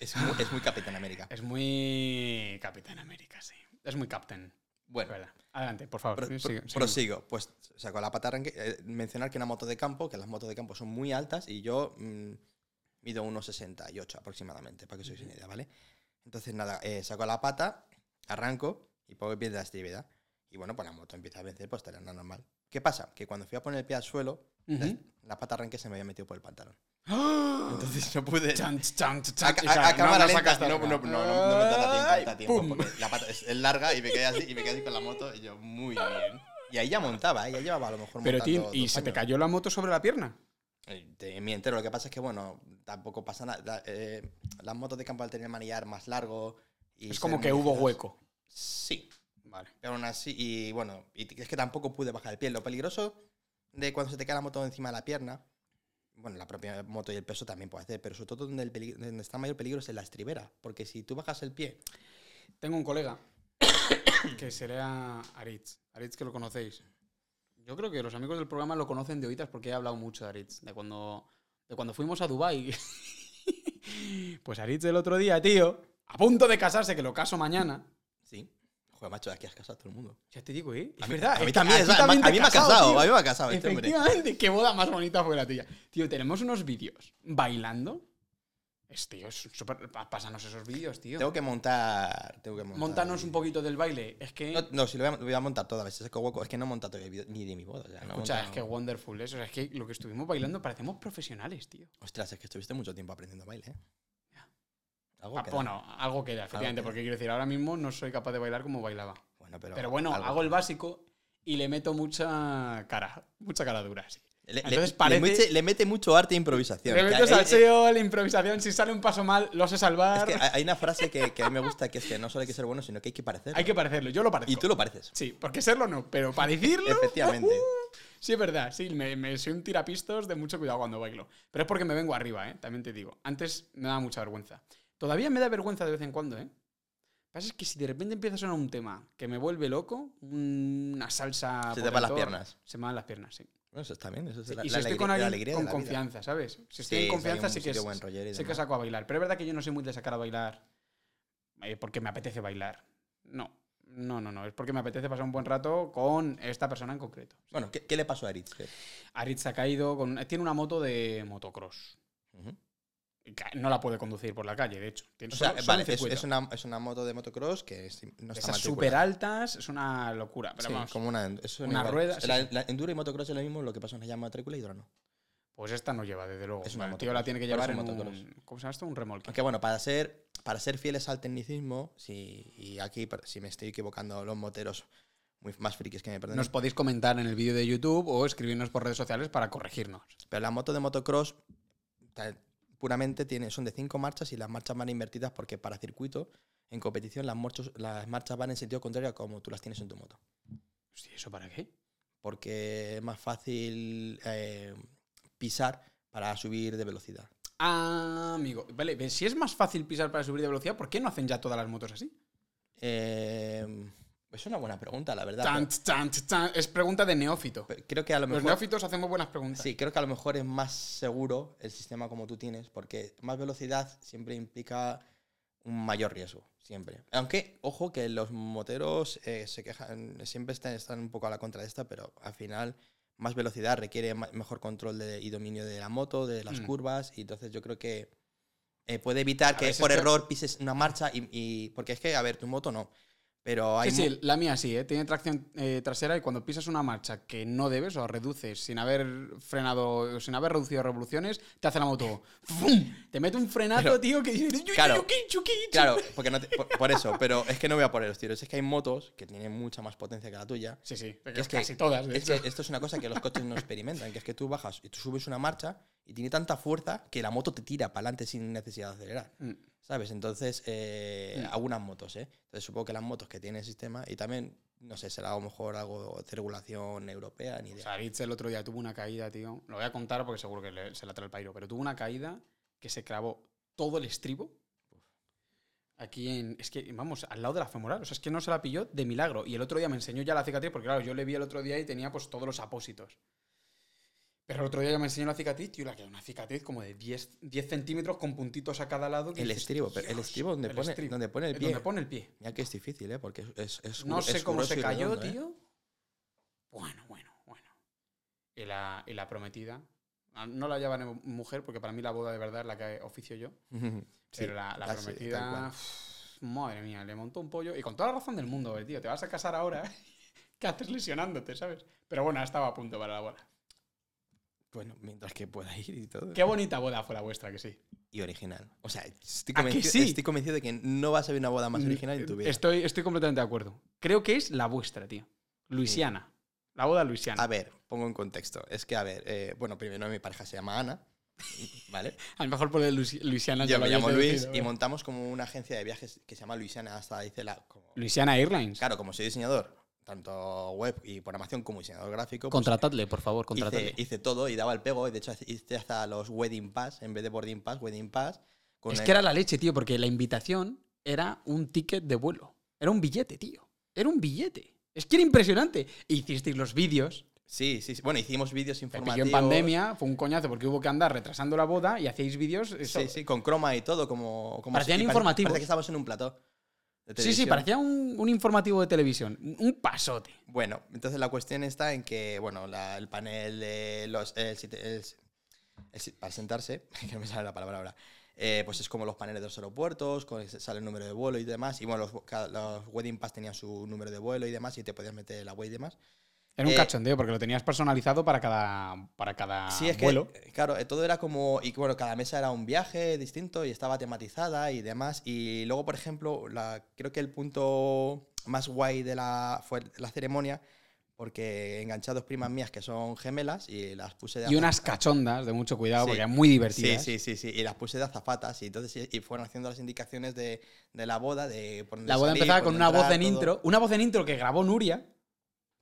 Es, muy, es muy Capitán América.
Es muy. Capitán América, sí. Es muy Captain. es
Bueno,
verdad. Adelante, por favor.
pro-
sigue,
pro-
sigue.
prosigo. Pues, o sea, con la pata de arranque, eh, mencionar que una moto de campo, que las motos de campo son muy altas y yo mm, mido unos 68 aproximadamente, para que os hagáis una idea, ¿vale? Entonces, nada, eh, saco la pata, arranco y pongo el pie de la estribilidad. Y bueno, pues la moto empieza a vencer, pues estará normal. ¿Qué pasa? Que cuando fui a poner el pie al suelo, la-
Ujú.
la, pata de arranque se me había metido por el pantalón.
¡Ah!
Entonces no pude...
Chan, chan, chan,
A,
chan.
a-
Y claro,
a cámara
no lo
lenta,
sacas
no,
tan-
no, no, no, no me tarda tiempo, tarda
¡Ay!
tiempo,
¡Pum!
porque la pata es, es larga y me quedé así, y me quedé así con la moto y yo, muy bien. Y ahí ya montaba, ¿eh? ya llevaba a lo mejor
Pero,
montando
tío, ¿y
dos
se te
años.
cayó la moto sobre la pierna?
Eh, te- me entero, lo que pasa es que, bueno, tampoco pasa nada. la- eh, las motos de campo al tener manillar más largo... Y
Es
ser
como
muy
que hubo
ligeras-
hueco.
Sí,
Vale.
pero aún así, y bueno, y t- es que tampoco pude bajar el pie. Lo peligroso de cuando se te cae la moto encima de la pierna, bueno, la propia moto y el peso también puede hacer, pero sobre todo donde, el peli- donde está mayor peligro es en la estribera, porque si tú bajas el pie,
Tengo un colega [coughs] que sería Aritz. Aritz que lo conocéis. Yo creo que los amigos del programa lo conocen de oídas porque he hablado mucho de Aritz. De cuando, de cuando fuimos a Dubai. [laughs] pues Aritz el otro día, tío, a punto de casarse, que lo caso mañana.
sí, joder, macho, aquí has casado a todo el mundo.
Ya te digo, ¿eh? Es
A mí-
verdad.
a mí
es que
también,
aquí
es- a mí-
te
a mí me ha
has casado,
casado,
tío.
a mí me ha casado este hombre.
Efectivamente, qué boda más bonita fue la tuya. Tío, tenemos unos vídeos bailando. Es, tío, es súper- pa- Pásanos esos vídeos, tío.
Tengo que montar. Tengo que montar.
Montanos
el
un
vídeo.
poquito del baile. Es que.
No, no, si lo voy a, lo voy a montar toda vez. Es que hueco. Es que no he montado todavía el vídeo ni de mi boda. o sea, no he
escucha,
montado-
es que wonderful eso. O sea, es que lo que estuvimos bailando parecemos profesionales, tío.
Ostras, es que estuviste mucho tiempo aprendiendo baile, ¿eh?
Ya.
Algo
Ah,
queda.
bueno, algo queda, efectivamente,
queda.
porque quiero decir, ahora mismo no soy capaz de bailar como bailaba.
Bueno, pero.
Pero bueno,
algo
hago el básico y le meto mucha cara, mucha cara dura, sí.
Le, le-
Entonces
le
parece-
mete, le mete mucho arte e improvisación.
Le
que
meto
hay- hay-
salseo, la improvisación, si sale un paso mal, lo sé
es
salvar.
que hay- hay una frase que, que a mí me gusta, que es que no solo hay que ser bueno, sino que hay que parecer.
Hay que parecerlo, yo lo parezco.
Y tú lo pareces.
Sí, porque serlo no, pero
[laughs]
parecerlo...
Efectivamente.
[laughs] Sí, es verdad, sí, me, me soy un tirapistos de mucho cuidado cuando bailo. Pero es porque me vengo arriba, ¿eh? También te digo. Antes me daba mucha vergüenza. Todavía me da vergüenza de vez en cuando, ¿eh? Lo que pasa es que si de repente empieza a sonar un tema que me vuelve loco, una salsa...
Se te van las
potentona,
piernas.
Se me van las piernas, Ah, pues sí.
Bueno, eso está bien. Eso es
y
la, la
si estoy
alegría-
con
la
alguien
alegría de
con
la vida.
confianza, ¿sabes? Si estoy
Sí,
en
si
confianza,
hay
sí
un
que,
sitio
es-
buen rollero y
sí que
demás.
saco a bailar. Pero es verdad que yo no soy muy de sacar a bailar eh, porque me apetece bailar. No, no, no, no. Es porque me apetece pasar un buen rato con esta persona en concreto.
Bueno, ¿qué, qué le pasó a Aritz? Que-
Aritz ha caído con. eh, Tiene una moto de motocross.
Ujú.
Y ca- No la puede conducir por la calle, de hecho. Tiene
O sea,
solo- solo
vale,
un
es,
circuito.
es una, es una moto de motocross que es- no está
Esas súper
matriculada.
altas, es una locura. Pero
Sí,
vamos,
como una, es
una rueda,
la,
sí.
la enduro y motocross es lo mismo, lo que pasa en la matrícula y Dura no.
pues esta no lleva, desde luego.
Es una
el tío la
motocross,
tiene que
pero es
llevar en
un
un.
motocross.
¿Cómo se llama esto? Un remolque.
Aunque bueno, para ser, para ser fieles al tecnicismo, si, y aquí, per- si me estoy equivocando, los moteros muy, más frikis que me perdonen,
Nos podéis comentar en el vídeo de YouTube o escribirnos por redes sociales para corregirnos.
pero las motos de motocross ta- puramente tiene, son de cinco marchas y las marchas van invertidas porque para circuito, en competición, las, marchos- las marchas van en sentido contrario a como tú las tienes en tu moto.
Hostia, ¿eso para qué?
Porque es más fácil eh, pisar para subir de velocidad.
Ah, amigo. Vale, ve, si es más fácil pisar para subir de velocidad, ¿por qué no hacen ya todas las motos así?
Eh, es una buena pregunta, la verdad.
Tan, Pues tan, tan. Es pregunta de neófito.
Pero- pero creo que a lo
Los
mejor.
neófitos hacemos buenas preguntas.
Sí, creo que a lo mejor es más seguro el sistema como tú tienes, porque más velocidad siempre implica un mayor riesgo, siempre. Aunque, ojo, que los moteros eh, se quejan, siempre están, están un poco a la contra de esta, pero al final más velocidad requiere ma- mejor control de- y dominio de la moto, de las
Mm.
curvas, y entonces yo creo que eh, puede evitar
A
que
veces
por
creo-
error pises una marcha y, y- Porque es que, a ver, tu moto no, pero hay...
Sí,
mo-
sí, la mía sí, ¿eh? tiene tracción eh, trasera y cuando pisas una marcha que no debes o reduces sin haber frenado, sin haber reducido revoluciones, te hace la moto. ¡Fum! Te mete un frenazo,
Pero-
tío, que dices. "Yuyu,
Claro.
yuki, yuki, yuki".
Claro, porque no te- por, por eso, pero es que no voy a poner los tiros. Es que hay motos que tienen mucha más potencia que la tuya.
Sí, sí,
Que es que-
casi todas. ¿eh? de
Es que
hecho.
esto es una cosa que los coches no experimentan, que es que tú bajas y tú subes una marcha y tiene tanta fuerza que la moto te tira para adelante sin necesidad de acelerar.
Mm.
¿Sabes? Entonces, eh,
Mm.
algunas motos, ¿eh? Entonces supongo que las motos que tiene el sistema y también, no sé, será a lo mejor algo de regulación europea, ni
O
idea.
sea, Aritz el otro día tuvo una caída, tío. Lo voy a contar porque seguro que le- se la trae el pairo, pero tuvo una caída que se clavó todo el estribo. Aquí en. Es que, vamos, al lado de la femoral. O sea, es que no se la pilló de milagro. Y el otro día me enseñó ya la cicatriz, porque claro, yo le vi el otro día y tenía pues todos los apósitos. Pero el otro día ya me enseñó la cicatriz, tío, la que una cicatriz como de 10, 10 centímetros con puntitos a cada lado. que
El
dices,
estribo, pero el
"Dios,
estribo donde,
el
pone,
estribo".
donde pone el
Eh,
pie.
Donde pone el pie.
Mira que es difícil, ¿eh? Porque es... es, es
No
gru-
sé
es
cómo
grueso
se
y
cayó,
redondo, ¿eh?
tío. Bueno, bueno, bueno. Y la, y la prometida. ah, No la llaman mujer porque para mí la boda de verdad es la que oficio yo.
[laughs] Sí,
pero la, la
casi, tal
prometida.
cual.
uf, madre mía, le montó un pollo. Y con toda la razón del mundo, eh, tío. Te vas a casar ahora. [laughs] ¿Qué haces lesionándote, sabes? Pero bueno, estaba a punto para la boda.
Bueno, mientras que pueda ir y todo.
Qué bonita boda fue la vuestra, que sí.
Y original. O sea, estoy
¿A que
convencido,
sí? eh,
estoy convencido de que no vas a ver una boda más original en tu vida.
Mm, Estoy, estoy completamente de acuerdo. Creo que es la vuestra, tío. Luisiana. La boda Luisiana.
A ver, pongo en contexto. Es que, a ver, eh, bueno, primero mi pareja se llama Ana,
[laughs]
¿vale?
A lo mejor por el Luis- Luisiana ya
Yo
lo
me
hayas
llamo Luis
deducido, ¿eh?
y
¿verdad?
montamos como una agencia de viajes que se llama Luisiana hasta dice la... como-
Luisiana Airlines.
claro, como soy diseñador, tanto web y programación como diseñador gráfico, pues,
Contratadle, por favor,
hice,
contratadle.
hice todo y daba el pego. Y de hecho hice hasta los wedding pass, en vez de boarding pass, wedding pass. con
Es
el-
que era la leche, tío, porque la invitación era un ticket de vuelo. Era un billete, tío. Era un billete. Es que era impresionante. E Hicisteis los vídeos.
Sí, sí, sí. Bueno, hicimos vídeos
Me
informativos.
pilló en pandemia, fue un coñazo porque hubo que andar retrasando la boda y hacíais vídeos. eso-
Sí, sí, con croma y todo, como... como
Parecían
si- pare-
informativos.
Parece que estábamos en un plató. de
sí, sí,
televisión.
parecía un, un informativo de televisión. Un pasote.
Bueno, entonces la cuestión está en que, bueno, la- el [laughs] panel de los... El, sit- el- el sit- para sentarse, que no me sale la palabra ahora. eh, pues es como los paneles de los aeropuertos, con- sale el número de vuelo y demás. Y bueno, los, ca- los Wedding Pass tenían su número de vuelo y demás, y te podías meter la web y demás.
Era un
Eh,
cachondeo porque lo tenías personalizado para cada, para cada
Sí, es que,
vuelo.
eh, claro, eh, todo era como, y bueno, cada mesa era un viaje distinto y estaba tematizada y demás. Y luego, por ejemplo, la, creo que el punto más guay de la, fue la ceremonia, porque enganché a dos primas mías que son gemelas y las puse de
Y unas
azafata-
cachondas, de mucho cuidado,
Sí.
porque eran muy
Sí,
divertidas.
sí, sí, sí, y las puse de azafatas y entonces y- y fueron haciendo las indicaciones de, de la boda, de por dónde
La boda
salir,
empezaba
por
con
dónde
una voz
entrar,
en
todo.
intro, una voz en intro que grabó Nuria,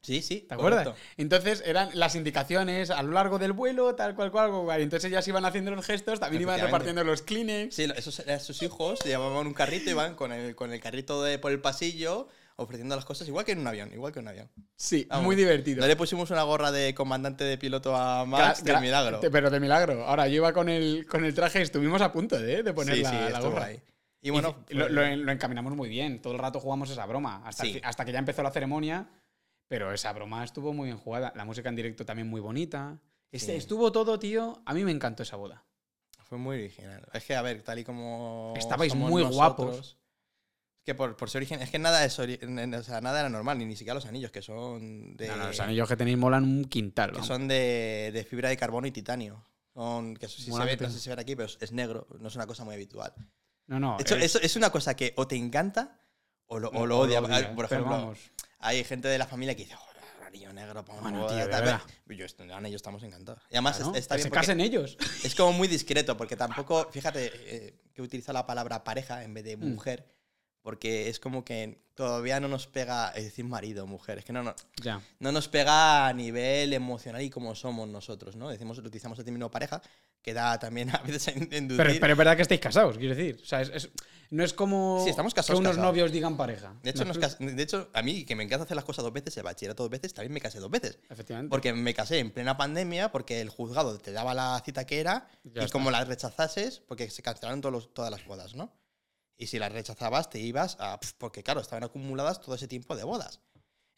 Sí, sí,
¿te acuerdas?
correcto.
Entonces eran las indicaciones a lo largo del vuelo, tal cual, cual, cual. Y entonces ellas iban haciendo los gestos, también iban
Efectivamente.
repartiendo los Kleenex.
Sí, lo- esos eran sus hijos, llevaban un carrito y van con el, con el carrito de, por el pasillo ofreciendo las cosas, igual que en un avión, igual que en un avión.
Sí,
Vamos,
muy divertido.
Ah, No le pusimos una gorra de comandante de piloto a Max
Gra-
de
gra-
milagro.
te- pero de milagro. Ahora yo iba con el, con el traje, estuvimos a punto de, de poner
Sí,
la,
sí,
la
estuvo
gorra.
ahí. Y bueno,
Y lo,
pues,
lo en- lo encaminamos muy bien. Todo el rato jugamos esa broma. Hasta,
Sí.
que, hasta que ya empezó la ceremonia. Pero esa broma estuvo muy bien jugada. La música en directo también muy bonita. Es-
Sí.
Estuvo todo, tío. A mí me encantó esa boda.
fue muy original. Es que, a ver, tal y como.
Estabais
somos
muy
nosotros,
guapos.
es Que por, por su origen, es que nada, es ori- n- n- o sea, nada era normal, ni, ni siquiera los anillos, que son de,
No, no, los anillos que tenéis molan un quintal.
que
vamos.
son de, de fibra de carbono y titanio. Son, que eso sí se
Molan
ve, no
pila.
sé si se ve aquí, pero es, es negro, no es una cosa muy habitual.
No, no.
De hecho,
eh,
eso es una cosa que o te encanta o lo,
no,
o lo odias. Por
pero
ejemplo,
vamos.
Hay gente de la familia que dice, joder, anillo negro, para una
Bueno,
boda,
tío, de
tal".
verdad.
Pero Yo, estoy- ahora yo estamos encantados. Y además
Ah, ¿no?
es- está
Que
bien
se
porque
casen
[laughs]
ellos.
es como muy discreto, porque tampoco, fíjate, eh, que utiliza la palabra pareja en vez de
Mm.
mujer, porque es como que todavía no nos pega, es decir, marido, mujer, es que no, no,
ya.
no nos pega a nivel emocional y como somos nosotros, ¿no? Decimos, utilizamos el término pareja, que da también [laughs] a veces a inducir.
Pero, pero es verdad que estáis casados, quiero decir. O sea, es- es- no es como
Sí, estamos
que
casados,
unos
casados.
novios digan pareja.
de, hecho,
¿Me
nos
explico?
cas- de hecho, a mí, que me encanta hacer las cosas dos veces, el bachillerato dos veces, también me casé dos veces.
Efectivamente.
Porque me casé en plena pandemia, porque el juzgado te daba la cita que era,
Ya
y
está.
como la rechazases, porque se cancelaron todos los- todas las bodas, ¿no? Y si la rechazabas, te ibas a. pf, Porque, claro, estaban acumuladas todo ese tiempo de bodas.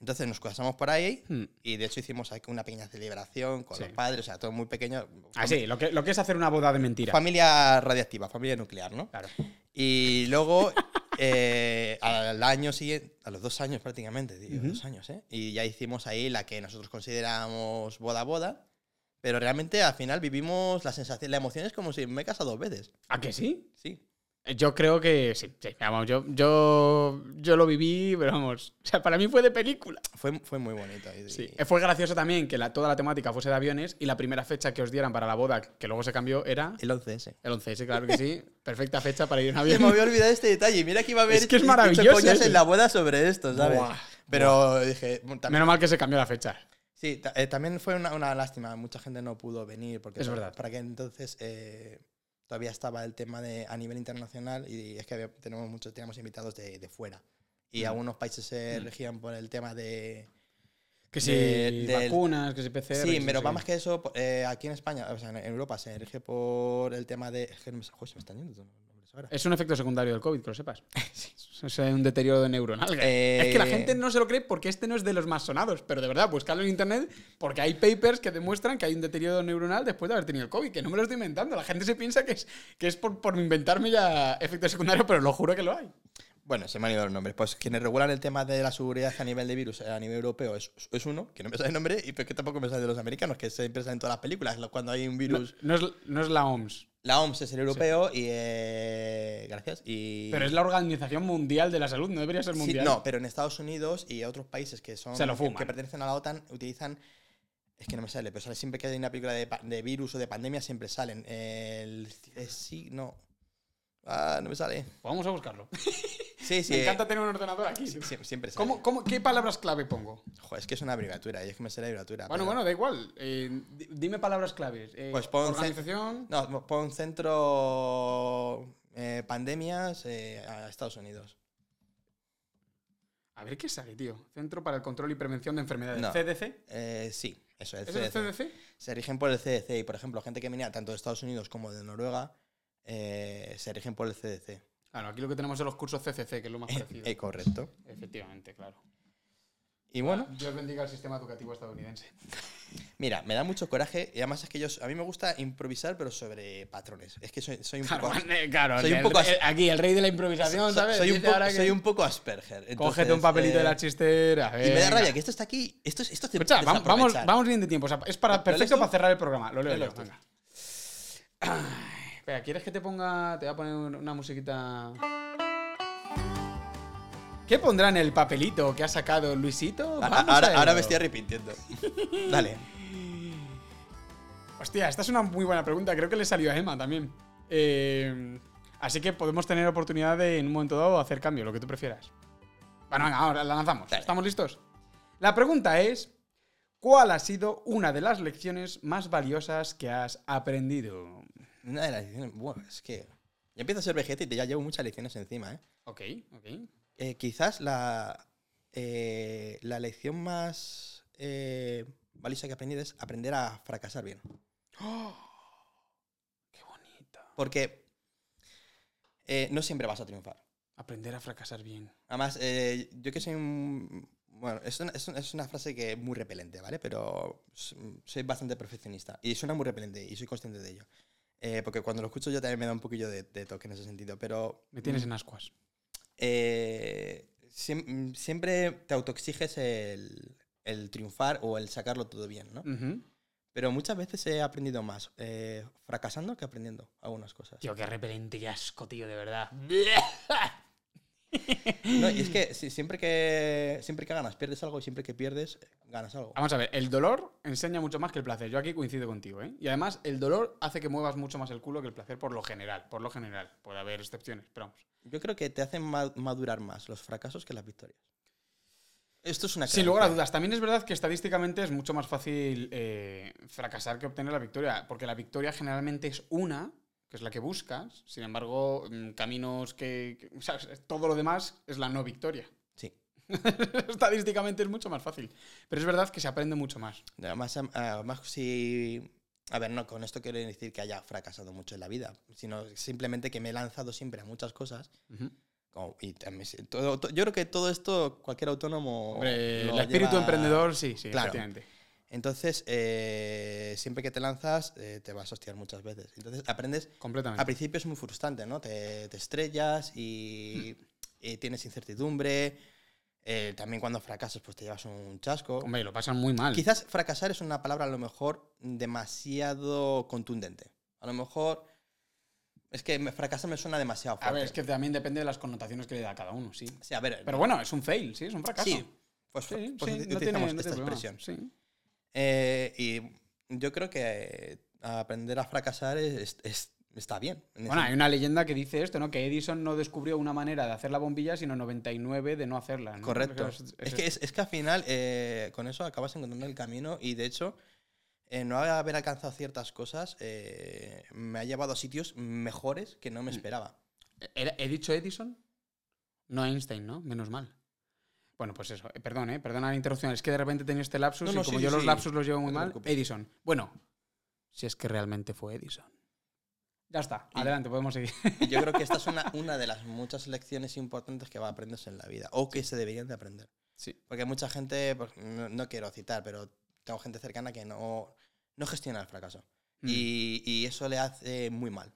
Entonces nos casamos por ahí,
Hmm.
y de hecho hicimos aquí una pequeña celebración con
Sí.
los padres, o sea, todo muy pequeño.
Ah, sí, lo que, lo que es hacer una boda de mentira.
Familia radiactiva, familia nuclear, ¿no?
Claro.
Y luego, eh, al año siguiente, a los dos años prácticamente, digo,
Ujú.
dos años, ¿eh? Y ya hicimos ahí la que nosotros consideramos boda boda, pero realmente al final vivimos la sensación, la emoción es como si me he casado dos veces,
¿A que sí?
sí.
Yo creo que sí, sí, vamos, yo, yo, yo lo viví, pero vamos, o sea, para mí fue de película.
Fue, fue muy bonito. y-
Sí. Eh, Fue gracioso también que la- toda la temática fuese de aviones y la primera fecha que os dieran para la boda, que luego se cambió, era [laughs]
El 11S.
el 11 sí, claro que
[laughs]
sí, perfecta fecha para ir en
Se me
avión.
había olvidado este detalle, mira que iba a haber [laughs]
Es que es
hecho
maravilloso
coñas
ese.
en la boda sobre esto, ¿sabes?
Buah,
pero dije, bueno, también,
Menos mal que se cambió la fecha.
sí, ta- eh, también fue una, una lástima, mucha gente no pudo venir porque
Es
to-
verdad.
para que entonces eh, todavía estaba el tema de a nivel internacional y es que había- tenemos muchos teníamos invitados de, de fuera y
Mm.
algunos países se
Mm.
regían por el tema de
Que si
De- del-
vacunas, que si PCR.
sí,
que si no
pero
sé
va
qué.
más que eso po- eh, aquí en España o sea en en Europa se rige por el tema de es que no me, joder, se me están yendo todos los nombres ahora.
Es un efecto secundario del COVID, que lo
[laughs]
sepas. Es un deterioro de neuronal.
Eh,
Es que la gente no se lo cree porque este no es de los más sonados, pero de verdad, buscadlo en internet porque hay papers que demuestran que hay un deterioro neuronal después de haber tenido el COVID, que no me lo estoy inventando. La gente se piensa que es, que es por, por inventarme ya efectos secundarios, pero lo juro que lo hay.
bueno se me han ido los nombres pues quienes regulan el tema de la seguridad a nivel de virus eh, a nivel europeo es, es uno que no me sale el nombre y pero que tampoco me sale de los americanos que siempre salen en todas las películas lo- cuando hay un
No,
virus
no es, no es la OMS,
La OMS es el europeo y. eh, gracias. Y,
pero es la Organización Mundial de la Salud, no debería ser
Sí,
mundial.
no, pero en Estados Unidos y otros países que son.
Se lo
que,
fuman.
que pertenecen a la OTAN utilizan. Es que no me sale, pero sale siempre que hay una película de, pa- de virus o de pandemia, siempre salen. El. eh, sí, no. Ah, no me sale.
Vamos a buscarlo.
Sí, sí.
Me
eh,
encanta tener un ordenador aquí.
sí, sí, siempre sale.
¿Cómo, cómo- qué palabras clave pongo?
Joder, es que es una abreviatura, y es que me sale abreviatura.
Bueno,
pero-
bueno, da igual. Eh, di- dime palabras claves. Eh,
Pues pon-
organización.
No, pon centro. eh, pandemias eh, a Estados Unidos.
A ver qué sale, tío. Centro para el Control y Prevención de Enfermedades.
No.
CDC.
Eh, sí, eso es.
¿Es el CDC?
se rigen por el CDC y, por ejemplo, gente que venía tanto de Estados Unidos como de Noruega eh, se rigen por el CDC.
Claro, aquí lo que tenemos son los cursos CCC, que es lo más parecido.
[laughs] Eh, correcto.
Efectivamente, claro.
Y bueno,
Ah.
[laughs]
Dios bendiga el sistema educativo estadounidense.
Mira, me da mucho coraje y además es que yo, a mí me gusta improvisar, pero sobre patrones. Es que soy, soy un
Claro,
poco...
[laughs]
as-
eh, claro,
soy un
el-
poco as-
el- aquí el rey de la
so-
improvisación, ¿sabes?
Soy un,
Dice
poco-
ahora que-
soy un poco Asperger.
Cógete
entonces,
un papelito
eh,
de la chistera.
Y me da
venga.
rabia que esto está aquí. Esto, es- esto te
Escucha, vam-
puedes
vamos,
aprovechar.
vamos bien de tiempo. o sea, es para,
¿Lo- lo lees
perfecto
tú?
para cerrar el programa. Lo leo
Léelo
yo,
tú.
venga. Ay, Espera, ¿quieres que te ponga. Te voy a poner un- una musiquita. ¿Qué pondrá en el papelito que ha sacado Luisito?
Ahora-
Vamos a
ahora, ahora
ello.
me estoy arrepintiendo. [laughs] Dale.
Hostia, esta es una muy buena pregunta. Creo que le salió a Emma también. Eh, así que podemos tener oportunidad de en un momento dado hacer cambio, lo que tú prefieras. Bueno, venga, ahora la lanzamos.
Dale.
¿Estamos listos? La pregunta es: ¿Cuál ha sido una de las lecciones más valiosas que has aprendido?
Una de las lecciones. Bueno, es que. Ya empiezo a ser vegeta y te ya llevo muchas lecciones encima, ¿eh?
Ok, ok.
Eh, quizás la. eh, la lección más. eh, valiosa que he aprendido es aprender a fracasar bien.
Qué bonito.
Porque. eh, no siempre vas a triunfar.
Aprender a fracasar bien.
Además, eh, yo que soy un. Bueno, es una, es una- es una frase que es muy repelente, ¿vale? Pero s- soy bastante perfeccionista. Y suena muy repelente y soy consciente de ello. Eh, porque cuando lo escucho yo también me da un poquillo de, de toque en ese sentido. Pero.
Me tienes en ascuas.
eh, siem- siempre te autoexiges el, el triunfar o el sacarlo todo bien, ¿no?
Ujú.
Pero muchas veces he aprendido más eh, fracasando que aprendiendo algunas cosas.
Tío, qué repelente y asco, tío, de verdad.
No, y es que si- siempre que siempre que ganas pierdes algo y siempre que pierdes ganas algo.
Vamos a ver, el dolor enseña mucho más que el placer. Yo aquí coincido contigo, ¿eh? Y además, el dolor hace que muevas mucho más el culo que el placer por lo general. Por lo general. Puede haber excepciones, pero vamos.
Yo creo que te hacen ma- madurar más los fracasos que las victorias. Esto es una
Sin
creencia.
lugar a dudas, también es verdad que estadísticamente es mucho más fácil eh, fracasar que obtener la victoria, porque la victoria generalmente es una, que es la que buscas, sin embargo, mm, caminos que... que- o sea, todo lo demás es la no victoria. [laughs]
Sí.
estadísticamente es mucho más fácil, pero es verdad que se aprende mucho más.
Además, am- además, ah, si. A ver, no, con esto quiero decir que haya fracasado mucho en la vida, sino simplemente que me he lanzado siempre a muchas cosas. como- Oh, y también se- todo- to- yo creo que todo esto, cualquier autónomo.
Hombre,
lo
el espíritu
lleva-
emprendedor, sí, sí,
Claro.
efectivamente.
Entonces, eh, siempre que te lanzas, eh, te vas a hostiar muchas veces. Entonces, aprendes
Completamente.
Al principio es muy frustrante, ¿no? Te, te estrellas y,
Hmm.
y tienes incertidumbre. Eh, también cuando fracasas, pues te llevas un chasco.
Hombre, lo pasan muy mal.
Quizás fracasar es una palabra a lo mejor demasiado contundente. A lo mejor es que me- fracasar me suena demasiado
A
fuerte.
ver, es que también depende de las connotaciones que le da a cada uno, sí.
Sí, a ver.
Pero bueno, es un fail, sí, es un fracaso.
sí, pues,
Sí, sí,
pues uti-
no tiene-
utilizamos
no tiene
esta
problema,
expresión.
sí.
Eh, y yo creo que eh, aprender a fracasar es- es- está bien. en
Bueno,
ese-
hay una leyenda que dice esto, ¿no? Que Edison no descubrió una manera de hacer la bombilla, sino 99 de no hacerla. ¿no?
Correcto.
O
Es,
sea,
que, es, es que al final eh, con eso acabas encontrando el camino y de hecho eh, no haber alcanzado ciertas cosas eh, me ha llevado a sitios mejores que no
Mm.
me esperaba.
¿He he dicho Edison? No Einstein, ¿no? Menos mal. Bueno, pues eso. Eh, Perdón, ¿eh? Perdona la interrupción. Es que de repente he tenido este lapsus
No, no,
y como
sí,
yo
sí,
los
sí.
lapsus los llevo muy
No te
mal.
preocupes.
Edison. Bueno, si es que realmente fue Edison. Ya está.
Y-
Adelante, podemos seguir.
Y Yo creo que esta es una, una de las muchas lecciones importantes que va a aprenderse en la vida o que se deberían de aprender.
Sí.
Porque hay mucha gente, pues, no, no quiero citar, pero tengo gente cercana que no, no gestiona el fracaso.
Mm.
Y, y eso le hace muy mal.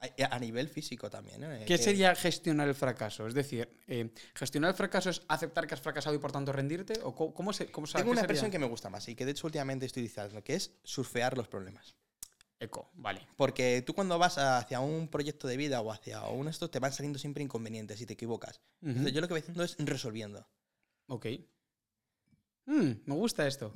A, a nivel físico también. ¿eh?
¿Qué
Que-
sería gestionar el fracaso? Es decir, eh, ¿gestionar el fracaso es aceptar que has fracasado y por tanto rendirte? ¿O cómo, cómo se, cómo se
Tengo
qué
una
sería?
expresión que me gusta más y que de hecho últimamente estoy utilizando, que es surfear los problemas.
Eco, vale.
Porque tú cuando vas hacia un proyecto de vida o hacia un esto, te van saliendo siempre inconvenientes y te equivocas. Entonces yo lo que voy haciendo es resolviendo.
Ok. Mm, me gusta esto.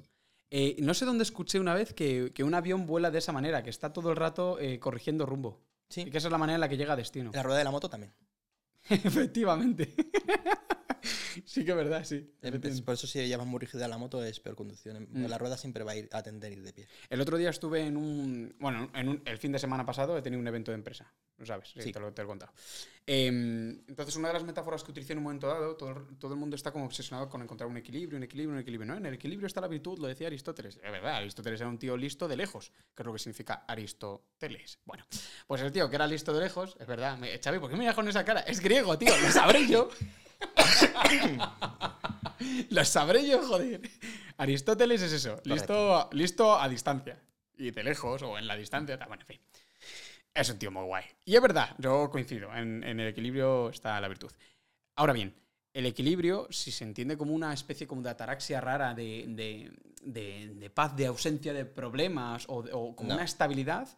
Eh, no sé dónde escuché una vez que, que un avión vuela de esa manera, que está todo el rato eh, corrigiendo rumbo.
Sí.
Y que esa es la manera en la que llega a destino.
La rueda de la moto también.
[laughs] Efectivamente. [laughs] sí que es verdad, sí.
Em, Es- Por eso si llevas muy rígida la moto es peor conducción.
Mm.
La rueda siempre va a ir a tender a ir de pie.
El otro día estuve en un. Bueno, en un- el fin de semana pasado he tenido un evento de empresa. Lo sabes, sí,
Sí.
Te, lo, te lo he contado. Em, entonces, una de las metáforas que utilicé en un momento dado, todo, el- todo el mundo está como obsesionado con encontrar un equilibrio, un equilibrio, un equilibrio. No, en el equilibrio está la virtud, lo decía Aristóteles. Es verdad, Aristóteles era un tío listo de lejos, que es lo que significa Aristóteles. Bueno, pues el tío que era listo de lejos, es verdad. Me, Xavi, ¿por qué me miras con esa cara? Es griego, tío, [laughs] lo sabré yo. lo sabré yo, joder. Aristóteles es eso, listo, listo a distancia. Y de lejos o en la distancia, tal, bueno, en fin. Es un tío muy guay. Y es verdad, yo coincido, en, en el equilibrio está la virtud. Ahora bien, el equilibrio, si se entiende como una especie como de ataraxia rara de, de- de- de paz, de ausencia de problemas o, de- o como
No.
una estabilidad,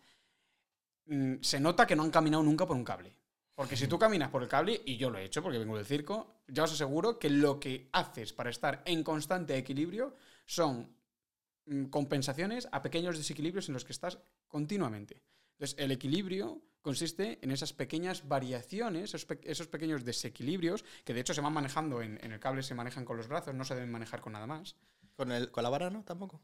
mm, se nota que no han caminado nunca por un cable. Porque si tú caminas por el cable, y yo lo he hecho porque vengo del circo, ya os aseguro que lo que haces para estar en constante equilibrio son mm, compensaciones a pequeños desequilibrios en los que estás continuamente. Entonces, el equilibrio consiste en esas pequeñas variaciones, esos, pe- esos pequeños desequilibrios, que de hecho se van manejando en, en el cable, se manejan con los brazos, no se deben manejar con nada más.
¿Con, el, ¿Con la vara no? Tampoco.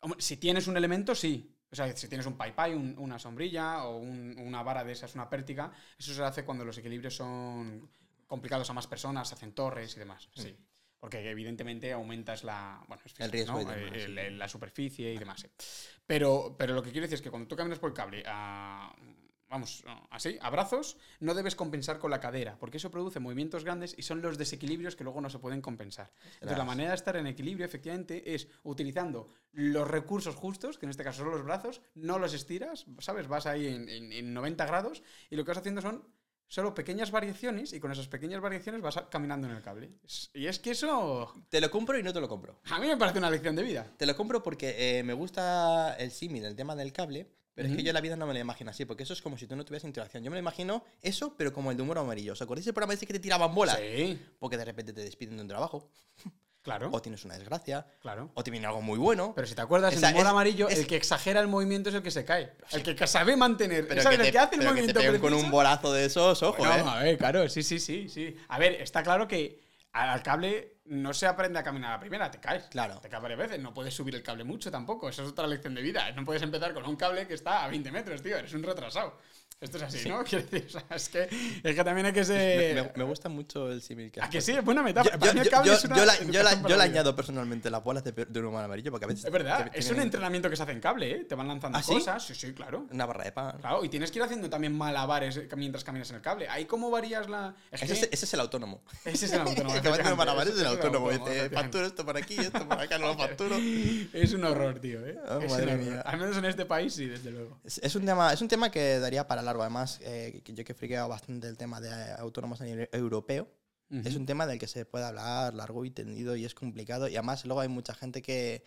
Hombre, si tienes un elemento, sí. O sea, si tienes un pai pai, un- una sombrilla o un- una vara de esas, una pértiga, eso se hace cuando los equilibrios son complicados a más personas, se hacen torres y demás. Sí. Porque evidentemente aumentas la, bueno, es
Mm. El
física,
riesgo
¿no?
y demás,
Eh,
sí.
el- la superficie y demás. sí. Pero, pero lo que quiero decir es que cuando tú caminas por el cable, a- vamos, así, a brazos, no debes compensar con la cadera, porque eso produce movimientos grandes y son los desequilibrios que luego no se pueden compensar. Entonces, la
Ostras.
manera de estar en equilibrio, efectivamente, es utilizando los recursos justos, que en este caso son los brazos, no los estiras, ¿sabes? Vas ahí en, en- en 90 grados y lo que vas haciendo son solo pequeñas variaciones y con esas pequeñas variaciones vas a- caminando en el cable. Es- Y es que eso
Te lo compro y no te lo compro.
a mí me parece una lección de vida.
Te lo compro porque eh, me gusta el símil, el tema del cable, pero es que
Ujú.
yo la vida no me la imagino así, porque eso es como si tú no tuvieras interacción. Yo me lo imagino eso, pero como el de humor amarillo. ¿Os acordáis del programa ese que te tiraban bolas?
Sí,
Porque de repente te despiden de un trabajo,
claro,
o tienes una desgracia,
claro.
o te viene algo muy bueno.
Pero si te acuerdas,
Esa-
en humor
es-
amarillo,
es-
el que exagera el movimiento es el que se cae. El que sabe mantener,
pero
¿sabes? el
te-
que hace el
pero que te
movimiento
peguen con
preciso.
un bolazo de esos, ojo,
Bueno,
¿eh?
a ver, claro, sí, sí, sí, sí. A ver, está claro que al al cable no se aprende a caminar a la primera, te caes.
Claro.
Te caes varias veces, no puedes subir el cable mucho tampoco, eso es otra lección de vida. No puedes empezar con un cable que está a 20 metros, tío, eres un retrasado. Esto es así, ¿no? [laughs] Quiero decir, o sea, es, que, es que también hay que
Me,
ser...
me- me gusta mucho el símil
[laughs]
que
¿A
has
que sí?
puesto.
Es buena metáfora.
Yo,
Para mí
yo-
el cable
yo-
es una
yo la- yo la-
educación para
yo le
la vida.
añodo personalmente las bolas de, pe- de un humor amarillo, porque a veces.
Es verdad,
te-
es un
tienen
entrenamiento que se hace en cable, ¿eh? Te van lanzando
¿Ah, sí?
cosas, sí, sí, claro.
Una barra de pan.
Claro, y tienes que ir haciendo también malabares eh, mientras caminas en el cable. Ahí cómo varías la... Es
Ese,
que-
es, ese es el autónomo.
Ese es el
[laughs]
autónomo.
El que Este va haciendo
efectivamente,
malabares es
ese
el autónomo. Dice, "Eh,
efectivamente.
facturo esto por aquí, esto por acá,
[laughs]
no lo facturo.
Es un horror, tío. ¿eh?
Ah,
Es un
madre
horror.
mía.
Al menos en este país sí, desde luego.
Es, es un tema, es un tema que daría para largo. Además, eh, que yo que he friqueado bastante el tema de eh, autónomos a nivel europeo, es un tema del que se puede hablar largo y tendido y es complicado. Y además, luego hay mucha gente que,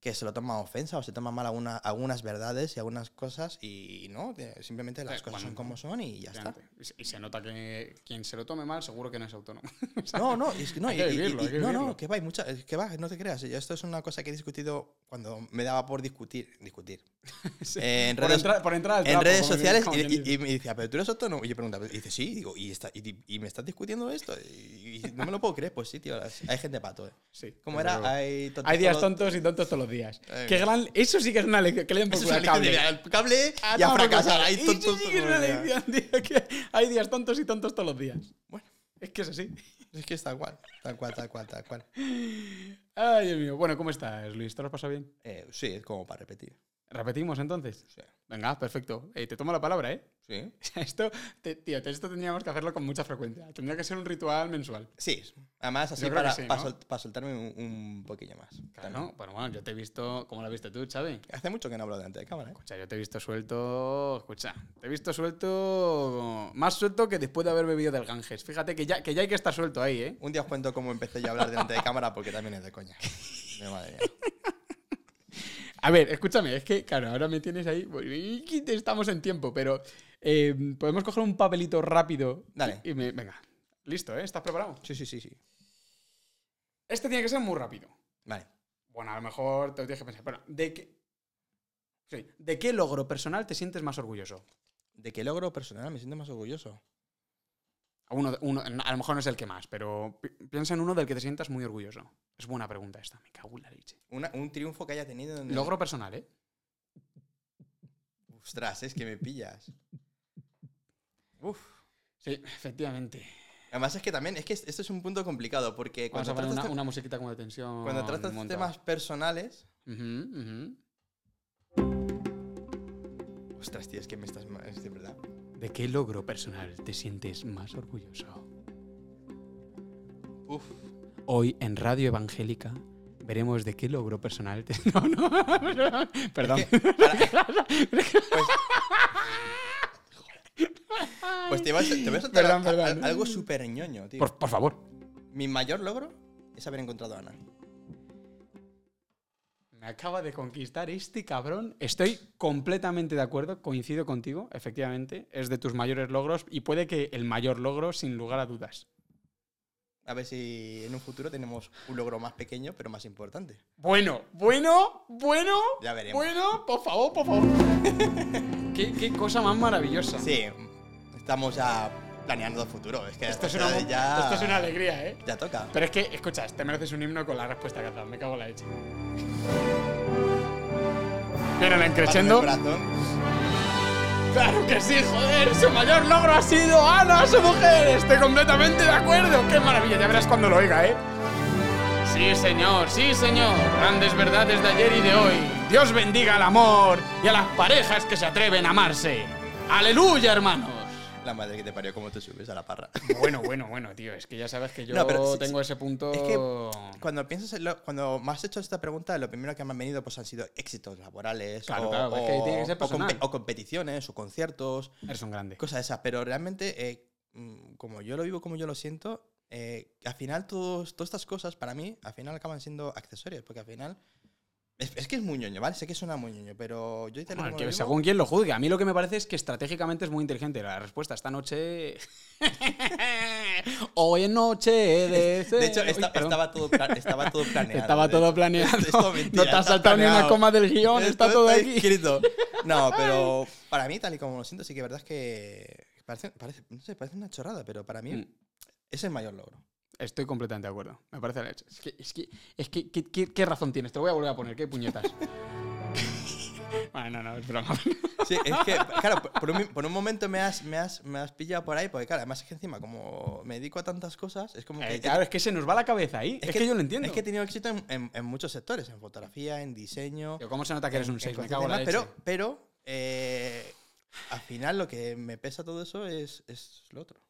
que se lo toma a ofensa o se toma mal alguna- algunas verdades y algunas cosas. Y no, de- simplemente las
Sí,
cosas son
Eh, cuando-
como son y ya está.
Efectivamente. Y se- Y se nota que quien se lo tome mal seguro que no es autónomo.
No, no, es que no,
Hay
y-
que
y- y-
vivirlo, hay que
no, no,
vivirlo.
que va, hay mucha- es que va, no te creas. Yo esto es una cosa que he discutido cuando me daba por discutir, discutir.
[laughs] Sí.
Eh, en
por,
redes,
entrar- por entrar al
en
trapo,
redes
como quien-
sociales
como
y,
quien
y-
dice.
y me decía, pero tú eres autónomo. Y yo preguntaba, y dice, sí, digo, ¿y, está- y- y me estás discutiendo esto? Y, y no me lo puedo creer, pues sí, tío, las- hay gente pato, ¿eh?
Sí,
¿Cómo
desde
era?
luego.
Hay, tontos
Hay días
todos-
tontos y tontos todos los días.
Ay,
Qué
mira.
gran... Eso sí que es una lección. Que le den por
Eso
culo
es
al
una
cable.
lección de vida, el cable
Ah,
y a
toma por
fracasar.
culo.
Hay
Eso
tontos
sí que es
todos
una
los días.
lección, tío, que Hay días tontos y tontos todos los días.
Bueno,
Es que es así.
es que es tal cual, tal cual, tal cual, tal cual.
Ay, Dios mío. Bueno, ¿cómo estás, Luis? ¿Te lo has pasado bien?
Eh, sí, es como para repetir.
¿Repetimos entonces?
Sí.
Venga, perfecto. Eh, te tomo la palabra, ¿eh? [laughs]
Sí,
O sea, Esto, te- tío, te- esto tendríamos que hacerlo con mucha frecuencia. Tendría que ser un ritual mensual.
sí. Además, así
Yo creo que
para,
sí, ¿no?
para sol- para soltarme un, un poquillo más. También.
Claro, bueno, bueno, yo te he visto, como lo viste tú, Xavi.
Hace mucho que no hablo delante de cámara, ¿eh?
Escucha, yo te he visto suelto, escucha, te he visto suelto, más suelto que después de haber bebido del Ganges. Fíjate que ya, que ya hay que estar suelto ahí, ¿eh?
Un día os cuento cómo empecé yo a hablar delante de cámara porque también es de coña. De madre mía.
A ver, escúchame, es que, claro, ahora me tienes ahí, estamos en tiempo, pero eh, podemos coger un papelito rápido.
Dale.
Y, y me- venga, listo, ¿eh? ¿Estás preparado?
Sí, sí, sí, sí.
Este tiene que ser muy rápido.
Vale.
Bueno, a lo mejor te lo tienes que pensar. Pero, ¿de qué, sí, ¿de qué logro personal te sientes más orgulloso?
¿De qué logro personal me siento más orgulloso?
Uno, uno- a lo mejor no es el que más, pero pi- piensa en uno del que te sientas muy orgulloso. Es buena pregunta esta, me cago en la leche.
Una- un triunfo que haya tenido donde...
Logro personal, ¿eh?
Ostras, es que me pillas. Uf.
Sí, efectivamente.
Además es que también, es que es- esto es un punto complicado porque
Vamos
cuando
a poner
tratas,
una,
te-
una musiquita como de tensión.
cuando tratas
monta.
temas personales...
Ujú, ujú.
Ostras, tío, es que me estás... ma- Es de verdad.
¿De qué logro personal te sientes más orgulloso?
Uf.
Hoy en Radio Evangélica Veremos de qué logro personal te... [laughs] No, no. Perdón.
Pues, pues te, vas- te voy a soltar
Perdón,
a- a-
perdón.
algo súper ñoño, tío.
Por, por favor.
Mi mayor logro es haber encontrado a Ana.
Me acaba de conquistar este cabrón. Estoy completamente de acuerdo, coincido contigo, efectivamente. Es de tus mayores logros y puede que el mayor logro, sin lugar a dudas.
A ver si en un futuro tenemos un logro más pequeño, pero más importante.
Bueno, bueno, bueno.
Ya veremos.
Bueno, por favor, por favor. [laughs] qué, qué cosa más maravillosa.
Sí, estamos ya planeando el futuro. Es que
Esto es,
o sea,
una,
ya,
esto es una alegría, ¿eh?
ya toca.
Pero es que, escucha, te mereces un himno con la respuesta que has dado. Me cago en la leche. Viene la encrechendo.
Pásame el corazón.
Claro que sí, joder, su mayor logro ha sido Ana, su mujer. Estoy completamente de acuerdo. Qué maravilla, ya verás cuando lo oiga, ¿eh? Sí, señor, sí, señor. Grandes verdades de ayer y de hoy. Dios bendiga al amor y a las parejas que se atreven a amarse. Aleluya, hermanos.
La madre que te parió, cómo te subes a la parra.
Bueno, bueno, bueno, tío, es que ya sabes que yo
No, pero sí,
tengo
sí.
ese punto...
Es que cuando piensas en lo- cuando me has hecho esta pregunta, lo primero que me han venido pues han sido éxitos laborales
Claro,
o,
claro, es que tiene que ser
o compe-
personal.
o competiciones o conciertos,
Eres un grande.
cosas de esas, pero realmente eh, mm, como yo lo vivo, como yo lo siento, eh, al final todos, todas estas cosas para mí al final acaban siendo accesorios, porque al final es, es que es muy ñoño, ¿vale? Sé que suena muy ñoño, pero yo te lo
Bueno,
como
que
lo vivo-
según quien lo juzgue. A mí lo que me parece es que estratégicamente es muy inteligente. La respuesta esta noche. [laughs] Hoy en noche de.
De hecho, esta-
Uy, perdón.
estaba, todo pla-
[laughs]
estaba todo planeado.
Estaba
de
todo
hecho.
planeado.
Esto mentira,
no te has
está
saltado ni una
planeado.
coma del guión,
Esto
está todo aquí.
escrito.
[laughs]
No, pero para mí, tal y como lo siento, sí que verdad es que parece, parece- no sé, parece una chorrada, pero para mí
Mm.
es el mayor logro.
Estoy completamente de acuerdo. Me parece la leche. Es que, es que, es que, ¿qué, qué- qué razón tienes? Te lo voy a volver a poner, qué puñetas. bueno, no, no, es broma.
Sí, es que, claro, por- por un, por un momento me has, me, has, me has pillado por ahí, porque claro, además es que encima, como me dedico a tantas cosas, es como que...
Eh, claro, es que se nos va la cabeza ahí. Es, que, yo lo entiendo.
Es que he tenido éxito en, en- en muchos sectores, en fotografía, en diseño,
Tío, ¿Cómo se nota que eres
en-
un
en
6? Me
cualquier
cago en la
tema,
leche.
Pero, pero eh, al final lo que me pesa todo eso es, es lo otro.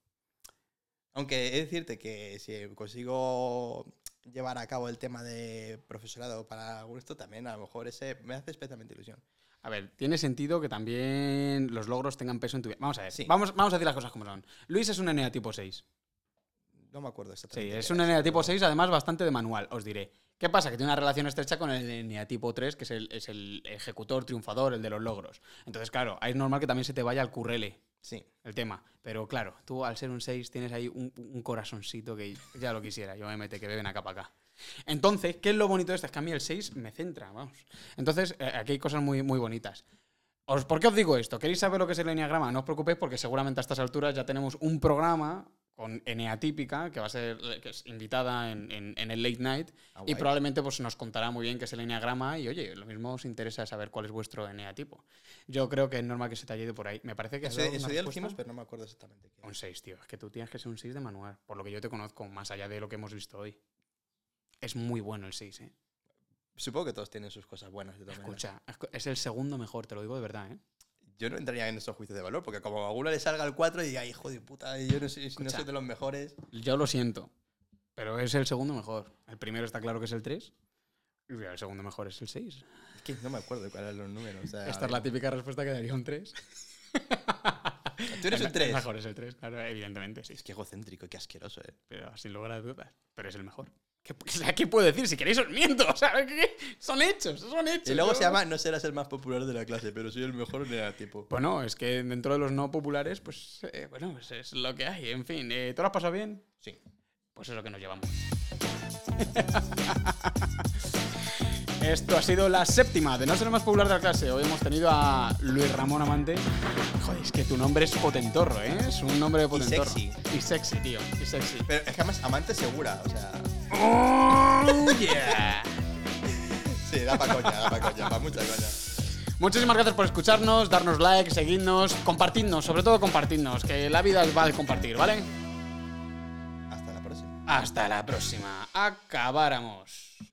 Aunque he de decirte que si consigo llevar a cabo el tema de profesorado para gusto, también a lo mejor ese me hace especialmente ilusión.
A ver, tiene sentido que también los logros tengan peso en tu vida. Vamos a ver,
Sí.
vamos, vamos a decir las cosas como son. Luis es un NEA tipo 6.
No me acuerdo
Sí,
exactamente.
es
qué
un
era
NEA
eso,
tipo
pero-
6, además bastante de manual, os diré. ¿Qué pasa? Que tiene una relación estrecha con el NEA tipo 3, que es el, es el ejecutor, triunfador, el de los logros. Entonces, claro, ahí es normal que también se te vaya al currele
Sí.
el tema. Pero claro, tú al ser un 6 tienes ahí un, un corazoncito que ya lo quisiera. Yo me mete que beben acá para acá. Entonces, ¿qué es lo bonito de esto? Es que a mí el 6 me centra, vamos. Entonces, eh, aquí hay cosas muy, muy bonitas. Os- ¿Por qué os digo esto? ¿Queréis saber lo que es el eneagrama? No os preocupéis porque seguramente a estas alturas ya tenemos un programa con eneatípica que va a ser eh, que es invitada en, en- en el late night
Ah,
y
guay.
probablemente pues, nos contará muy bien qué es el eneagrama y oye, lo mismo os interesa saber cuál es vuestro eneatipo. Yo creo que es normal que se te haya ido por ahí. Me parece que has
Ese,
dado
ese
una
día lo
respuesta. Pues
hicimos, pero no me acuerdo exactamente. qué era.
Un 6, tío. Es que tú tienes que ser un 6 de manual, por lo que yo te conozco, más allá de lo que hemos visto hoy. Es muy bueno el 6, ¿eh?
Supongo que todos tienen sus cosas buenas. De todas maneras.
Escucha, escu- es el segundo mejor, te lo digo de verdad, ¿eh?
Yo no entraría en esos juicios de valor, porque como a uno le salga el 4 y diga, hijo de puta, yo no soy, no
Escucha.
soy de los mejores.
Yo lo siento, pero es el segundo mejor. El primero está claro que es el 3 y el segundo mejor es el 6.
Es que no me acuerdo cuáles eran los números. o sea,
Esta es la típica respuesta que daría un [laughs] 3.
Tú eres un 3.
mejor [laughs] es el 3, claro, evidentemente, sí.
Es que egocéntrico, qué asqueroso, eh.
Pero sin lugar a dudas. Pero es el mejor. ¿Qué, [laughs] o sea, ¿qué puedo decir? Si queréis os miento. [laughs] O sea, ¿qué? Son hechos, son hechos.
Y luego
yo-
se llama No serás el más popular de la clase, pero soy el mejor en el tipo.
Bueno, es que dentro de los no populares, pues eh, bueno, pues es lo que hay. En fin, eh, ¿te lo has pasado bien?
Sí.
Pues es lo que nos llevamos. [laughs] Esto ha sido la séptima de No ser el más popular de la clase. Hoy hemos tenido a Luis Ramón Amante. Joder, es que tu nombre es potentorro, ¿eh? Es un nombre de potentorro.
sexy.
Y sexy, tío. Y sexy.
Pero es que además, amante segura, o sea.
¡Oh, yeah!
Sí, da pa' coña, da pa' coña, pa' mucha coña.
Muchísimas gracias por escucharnos, darnos like, seguidnos, compartidnos, sobre todo compartidnos, que la vida va de compartir, ¿vale?
Hasta la próxima.
Hasta la próxima. Acabáramos.